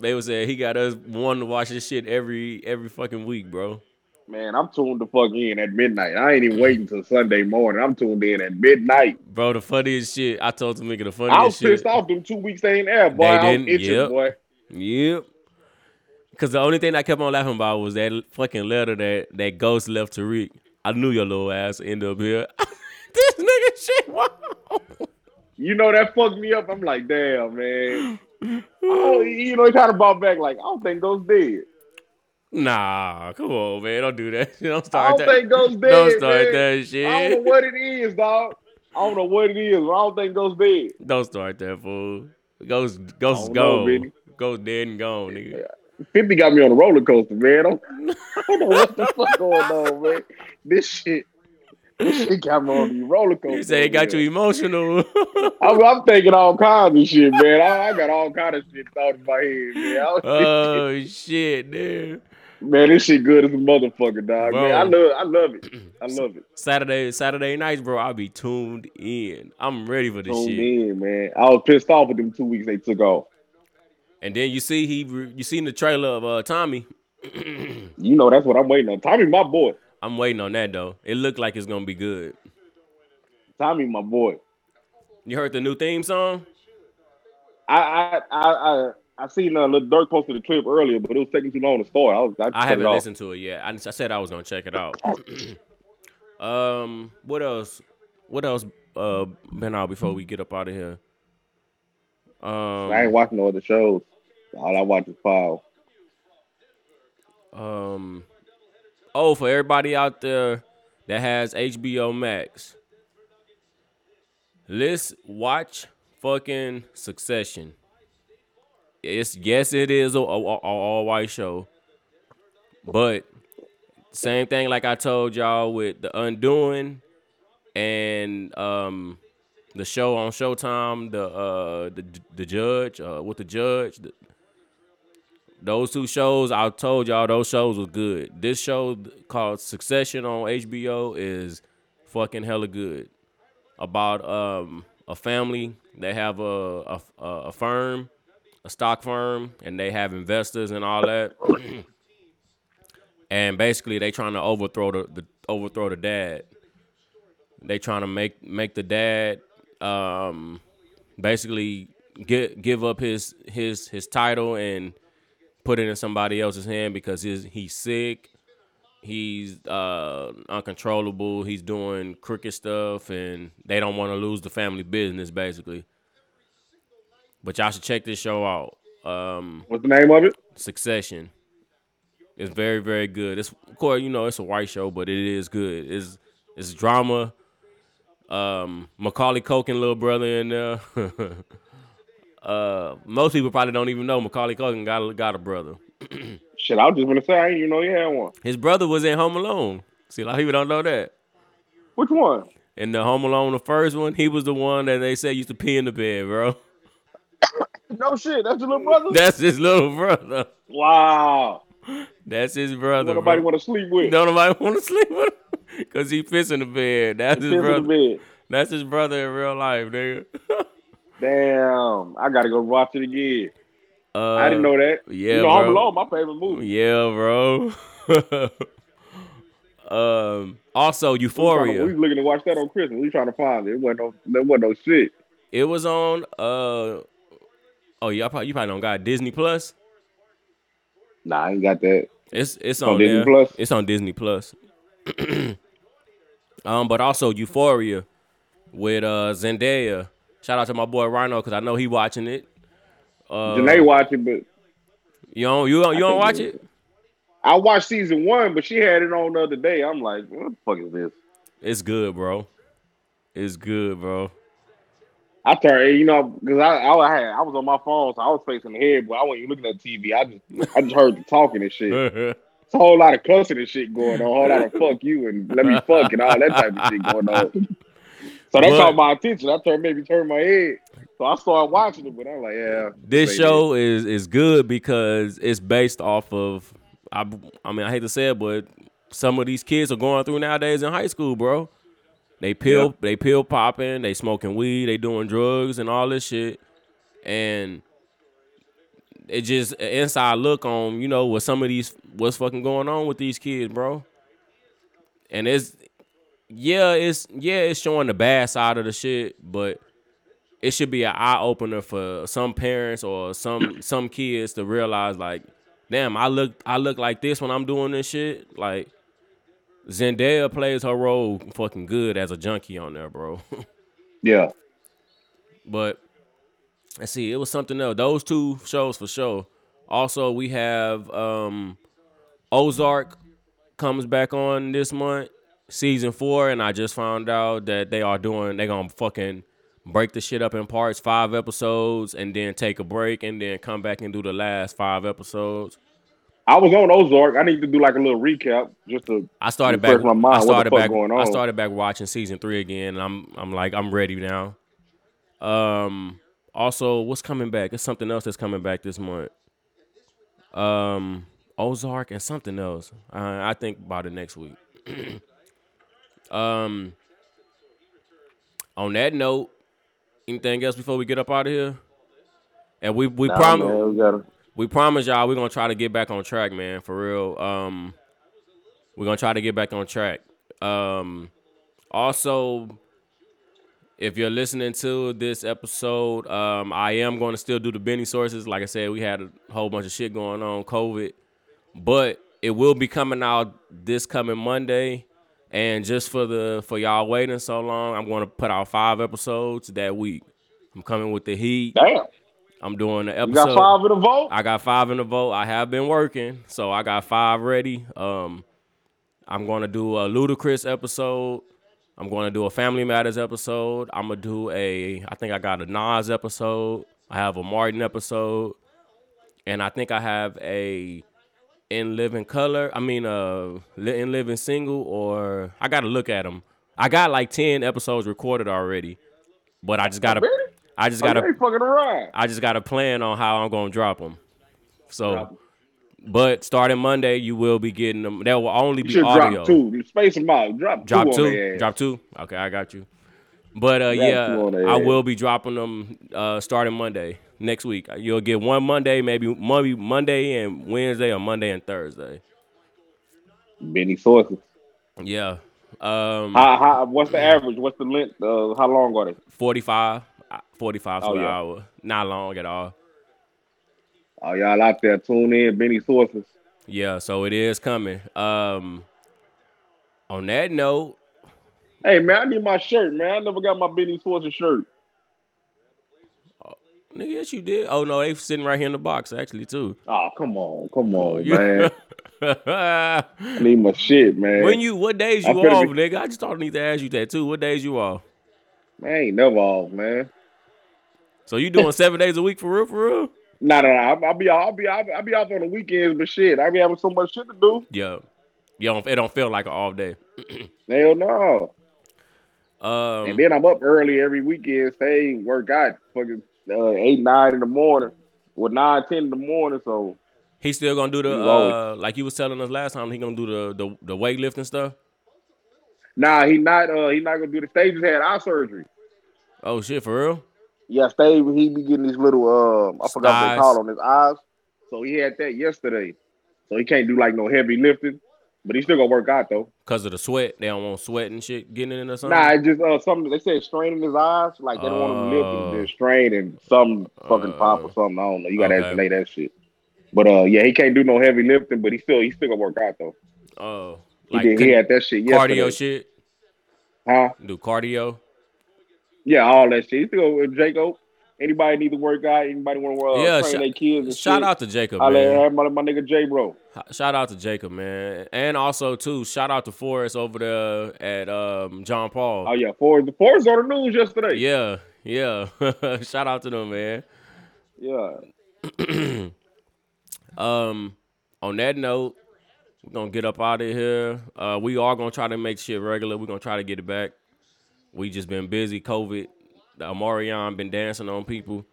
Speaker 1: they were saying he got us wanting to watch this shit every every fucking week, bro.
Speaker 3: Man, I'm tuned the fuck in at midnight. I ain't even waiting till Sunday morning. I'm tuned in at midnight.
Speaker 1: Bro, the funniest shit. I told the nigga the funniest
Speaker 3: I was
Speaker 1: shit.
Speaker 3: pissed off them two weeks they ain't there, boy.
Speaker 1: They
Speaker 3: I was
Speaker 1: didn't,
Speaker 3: itching,
Speaker 1: yep.
Speaker 3: boy.
Speaker 1: Yep. Cause the only thing I kept on laughing about was that l- fucking letter that that ghost left Tariq. I knew your little ass would end up here. [LAUGHS] this nigga shit. Wow.
Speaker 3: You know that fucked me up. I'm like, damn, man. Oh, you know, he kind of brought back like, I don't think Ghost dead.
Speaker 1: Nah, come on, man. Don't do that. [LAUGHS] Don't
Speaker 3: I
Speaker 1: start
Speaker 3: don't
Speaker 1: that.
Speaker 3: think Ghost
Speaker 1: [LAUGHS]
Speaker 3: dead.
Speaker 1: don't start
Speaker 3: man.
Speaker 1: that
Speaker 3: I don't
Speaker 1: shit.
Speaker 3: know what it is, dog. I don't know what it is, but I don't think Ghost dead.
Speaker 1: [LAUGHS] Don't start that fool. Ghost, ghost is
Speaker 3: I don't know,
Speaker 1: gone.
Speaker 3: baby.
Speaker 1: Ghost dead and gone, nigga.
Speaker 3: 50 got me on a roller coaster, man. I'm, I do not know
Speaker 1: [LAUGHS]
Speaker 3: what the fuck going on, man. This shit, this shit got me on the roller coaster.
Speaker 1: You say it got
Speaker 3: man.
Speaker 1: you
Speaker 3: [LAUGHS]
Speaker 1: emotional. [LAUGHS]
Speaker 3: I'm, I'm thinking all kinds of shit, man. I, I got all kinds of shit thought in my head, man. I was-
Speaker 1: oh shit, dude.
Speaker 3: [LAUGHS] man, this shit good as a motherfucker, dog.
Speaker 1: Bro.
Speaker 3: Man, I love, I
Speaker 1: [CLEARS THROAT]
Speaker 3: love it. I love it.
Speaker 1: Saturday, Saturday nights, bro. I'll be tuned in. I'm ready for this
Speaker 3: Tuned
Speaker 1: shit.
Speaker 3: in, Oh, man. I was pissed off with them two weeks they took off.
Speaker 1: And then you see he, re- you seen the trailer of uh, Tommy.
Speaker 3: You know, that's what I'm waiting on. Tommy, my boy.
Speaker 1: I'm waiting on that though. It looked like it's gonna be good.
Speaker 3: Tommy, my boy.
Speaker 1: You heard the new theme song?
Speaker 3: I, I, I, I, I seen uh, little Dirk posted a clip earlier, but it was taking too long to start. I was, I,
Speaker 1: I
Speaker 3: cut it
Speaker 1: haven't
Speaker 3: off.
Speaker 1: listened to it yet. I, I said I was gonna check it out. [CLEARS THROAT] um, what else? What else? Uh, been out before we get up out of here.
Speaker 3: I ain't
Speaker 1: Um,
Speaker 3: watching no other shows. All I watch is Foul.
Speaker 1: um, oh, for everybody out there that has HBO Max, let's watch fucking Succession. It's yes, it is a, all white show, but same thing like I told y'all with the Undoing and um the show on Showtime, the uh the the judge uh with the judge. The, those two shows I told y'all those shows was good. This show called Succession on HBO is fucking hella good. About um a family they have a a, a firm, a stock firm, and they have investors and all that. [CLEARS THROAT] and basically they trying to overthrow the, the overthrow the dad. They trying to make make the dad um basically get give up his his his title and put it in somebody else's hand because his he's sick, he's uh uncontrollable, he's doing crooked stuff and they don't want to lose the family business basically. But y'all should check this show out. Um
Speaker 3: What's the name of it?
Speaker 1: Succession. It's very very good. It's of course you know it's a white show, but it is good. It's it's drama. Um, Macaulay Culkin little brother in there. [LAUGHS] uh, most people probably don't even know Macaulay Culkin got a, got a brother.
Speaker 3: Shit, I was just gonna say I didn't even know you had one.
Speaker 1: His brother was in Home Alone. See, a lot of people don't know that.
Speaker 3: Which one?
Speaker 1: In the Home Alone, the first one, he was the one that they said used to pee in the bed, bro. [LAUGHS]
Speaker 3: No shit, that's your little brother.
Speaker 1: That's his little brother.
Speaker 3: wow.
Speaker 1: That's his brother. bro.
Speaker 3: Nobody want to sleep with.
Speaker 1: Don't nobody want to sleep with him [LAUGHS] because he fits in the bed. That's
Speaker 3: Piss
Speaker 1: his
Speaker 3: in the
Speaker 1: brother.
Speaker 3: bed.
Speaker 1: That's his brother in real life, nigga. [LAUGHS]
Speaker 3: Damn, I gotta go watch it again.
Speaker 1: Uh,
Speaker 3: I didn't know that.
Speaker 1: yeah,
Speaker 3: you know,
Speaker 1: bro.
Speaker 3: Home Alone, my favorite movie.
Speaker 1: Yeah, bro. [LAUGHS] um. Also,
Speaker 3: We
Speaker 1: Euphoria.
Speaker 3: was looking to watch that on Christmas. We trying to find it. It wasn't no, there wasn't no shit.
Speaker 1: It was on. Uh. Oh, y'all probably you probably don't got Disney Plus.
Speaker 3: Nah, I ain't got that.
Speaker 1: It's it's
Speaker 3: on
Speaker 1: on
Speaker 3: Disney
Speaker 1: there.
Speaker 3: Plus?
Speaker 1: It's on Disney Plus. [CLEARS THROAT] um, but also Euphoria with uh Zendaya. Shout out to my boy Rhino because I know he watching it. Uh,
Speaker 3: Janae watched it, but
Speaker 1: You don't you don't, you don't
Speaker 3: can't
Speaker 1: watch
Speaker 3: do
Speaker 1: it?
Speaker 3: I watched season one, but she had it on the other day. I'm like, what the fuck is this?
Speaker 1: It's good, bro. It's good, bro.
Speaker 3: I turned, you know, because I, I had, I was on my phone, so I was facing the head, but I wasn't even looking at TV. I just, I just heard the talking and shit.
Speaker 1: [LAUGHS] yeah,
Speaker 3: It's a whole lot of cussing and shit going on. A whole lot of fuck you and let me fuck and all that type of shit going on. So that
Speaker 1: But-
Speaker 3: caught my attention. I turned, maybe turned my head. So I started watching it, but I'm like, yeah.
Speaker 1: this
Speaker 3: say
Speaker 1: show is is good because it's based off of I I mean I hate to say it, but some of these kids are going through nowadays in high school, bro. They pill
Speaker 3: Yeah.
Speaker 1: they pill popping, they smoking weed, they doing drugs and all this shit, and it just an inside look on you know what some of these what's fucking going on with these kids, bro. And it's yeah, it's yeah, it's showing the bad side of the shit, but it should be an eye opener for some parents or some some kids to realize like, damn, I look I look like this when I'm doing this shit. Like Zendaya plays her role fucking good as a junkie on there, bro. [LAUGHS]
Speaker 3: Yeah.
Speaker 1: but let's see, it was something else. Those two shows for sure. Also, we have um Ozark comes back on this month, season four, and I just found out that they are doing they gonna fucking break the shit up in parts, five episodes, and then take a break and then come back and do the last five episodes.
Speaker 3: I was on Ozark. I need to do like a little recap just to
Speaker 1: I started
Speaker 3: Refresh
Speaker 1: back.
Speaker 3: my mind,
Speaker 1: I
Speaker 3: what the
Speaker 1: started
Speaker 3: fuck
Speaker 1: back.
Speaker 3: going
Speaker 1: I
Speaker 3: on?
Speaker 1: started back watching season three again, and I'm I'm like I'm ready now. Um. Also, what's coming back? It's something else that's coming back this month. Um, Ozark and something else. Uh, I think about it next week. [CLEARS THROAT] um. On that note, anything else before we get up out of here? And we we
Speaker 3: Nah,
Speaker 1: promise
Speaker 3: man, we gotta-
Speaker 1: we promise y'all we're gonna try to get back on track, man. For real. Um we're gonna try to get back on track. Um also if you're listening to this episode, um, I am going to still do the Benny sources. Like I said, we had a whole bunch of shit going on, COVID, but it will be coming out this coming Monday. And just for the for y'all waiting so long, I'm going to put out five episodes that week. I'm coming with the heat.
Speaker 3: Damn,
Speaker 1: I'm doing the
Speaker 3: you
Speaker 1: episode.
Speaker 3: got five in the vote.
Speaker 1: I got five in the vote. I have been working, so I got five ready. Um, I'm gonna do a ludicrous episode. I'm gonna do a Family Matters episode. I'm gonna do a. I think I got a Nas episode. I have a Martin episode. and I think I have a in living color. I mean, uh, li- in living single, or I gotta look at them. I got like ten episodes recorded already, but I just gotta,
Speaker 3: Really? Oh,
Speaker 1: I just
Speaker 3: Got
Speaker 1: gotta,
Speaker 3: a fucking around.
Speaker 1: I just got a plan on how I'm gonna drop them. So,
Speaker 3: Drop 'em.
Speaker 1: but starting Monday, you will be getting them. There will only
Speaker 3: You
Speaker 1: be
Speaker 3: should
Speaker 1: audio.
Speaker 3: drop two. Space them out. Drop,
Speaker 1: Drop
Speaker 3: two.
Speaker 1: two.
Speaker 3: On their ass.
Speaker 1: Drop two. Okay, I got you. But uh,
Speaker 3: Drop
Speaker 1: yeah,
Speaker 3: two on their
Speaker 1: I
Speaker 3: ass.
Speaker 1: will be dropping them uh, starting Monday next week. You'll get one Monday, maybe maybe Monday and Wednesday or Monday and Thursday.
Speaker 3: Many sources.
Speaker 1: Yeah, um,
Speaker 3: How, how, what's the average? What's the length? Uh, how long are they?
Speaker 1: 45, uh, 45 to
Speaker 3: Oh,
Speaker 1: an
Speaker 3: yeah.
Speaker 1: hour. Not long at all.
Speaker 3: Oh, y'all out there, tune in. Benny Sources.
Speaker 1: Yeah, so it is coming. Um, on that note,
Speaker 3: Hey, man, I need my shirt, man. I never got my Benny Sources shirt.
Speaker 1: nigga, yes you did. Oh no, they sitting right here in the box actually too.
Speaker 3: Oh, come on.
Speaker 1: [LAUGHS]
Speaker 3: Come on, Oh, man. [LAUGHS]
Speaker 1: Yeah.
Speaker 3: I need my shit, man.
Speaker 1: When you what days you
Speaker 3: I'm finna
Speaker 1: off,
Speaker 3: be-
Speaker 1: nigga? I just thought I need to ask you that too. What days you off?
Speaker 3: Man, I ain't never off, man.
Speaker 1: So you doing [LAUGHS] seven days a week for real, for real?
Speaker 3: Nah, nah, nah. I'll, I'll be off. I'll be off. I'll be off on the weekends, but shit, I be having so much shit to do.
Speaker 1: Yeah. Yeah, it don't feel like an off day.
Speaker 3: Hell no.
Speaker 1: Um,
Speaker 3: and then I'm up early every weekend, stay work out fucking uh, eight, nine in the morning, or nine, ten in the morning. So
Speaker 1: he's still gonna do the
Speaker 3: You
Speaker 1: uh, like you was telling us last time. He gonna do the the, the weightlifting stuff.
Speaker 3: nah, he not uh he not gonna do the stages had eye surgery.
Speaker 1: Oh shit, for real?
Speaker 3: Yeah, Stave, he be getting these little um I forgot what
Speaker 1: Styes.
Speaker 3: they call on his eyes. So he had that yesterday. So he can't do like no heavy lifting, but he still gonna work out though.
Speaker 1: Cause of the sweat, they don't want sweat and shit getting in or something.
Speaker 3: Nah, it's just uh something they said straining his eyes, like they don't want him
Speaker 1: Oh.
Speaker 3: lifting, they're straining some fucking pop
Speaker 1: Oh.
Speaker 3: or something. I don't know. You gotta
Speaker 1: Okay.
Speaker 3: estimate that shit. But uh yeah, he can't do no heavy lifting, but he still he still gonna work out though.
Speaker 1: Oh,
Speaker 3: He
Speaker 1: like
Speaker 3: did.
Speaker 1: con-
Speaker 3: he had that shit yesterday.
Speaker 1: cardio shit.
Speaker 3: huh?
Speaker 1: Do cardio.
Speaker 3: Yeah, all that shit. He still go with Jacob. Anybody need to work out? Anybody want to uh,
Speaker 1: Yeah,
Speaker 3: train
Speaker 1: shout-
Speaker 3: their kids? And
Speaker 1: Shout
Speaker 3: shit?
Speaker 1: out to Jacob,
Speaker 3: I
Speaker 1: man.
Speaker 3: let my, my nigga J bro.
Speaker 1: H- Shout out to Jacob, man, and also too shout out to Forrest over there at um, John Paul.
Speaker 3: Oh yeah, Ford. The Ford's on the news yesterday. Oh, Yeah,
Speaker 1: Yeah, yeah. [LAUGHS] Shout out to them, man. Um, on that note, we're gonna get up out of here. Uh, we are gonna try to make shit regular. We're gonna try to get it back. We just been busy, COVID. The Amarion been dancing on people.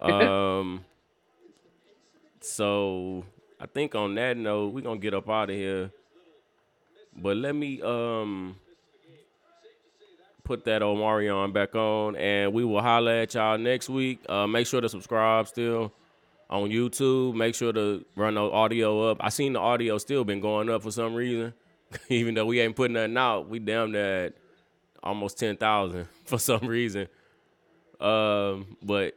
Speaker 1: Um, [LAUGHS] so I think on that note, we're gonna get up out of here. But let me um put that Omarion back on, and we will holler at y'all next week. Uh, make sure to subscribe still on YouTube. Make sure to run the audio up. I seen the audio still been going up for some reason, [LAUGHS] even though we ain't putting nothing out. We damn near at almost ten thousand [LAUGHS] for some reason. Um, but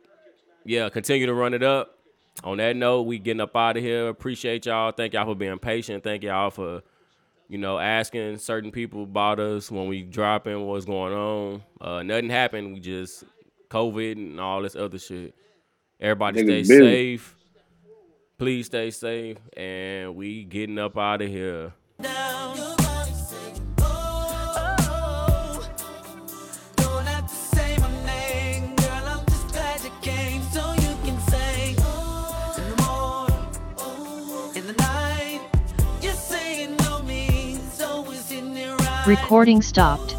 Speaker 1: yeah, continue to run it up. On that note, we getting up out of here. Appreciate y'all. Thank y'all for being patient. Thank y'all for you know, asking certain people about us when we dropping, what's going on. Uh, nothing happened. We just COVID and all this other shit. Everybody
Speaker 3: Niggas
Speaker 1: stay
Speaker 3: busy.
Speaker 1: safe. Please stay safe. And we getting up out of here.
Speaker 2: down. Oh, don't have to say my name, girl. I'm just glad you came so you can say oh, in the morning, in the night. You're saying no means always in there, right?
Speaker 4: Recording stopped.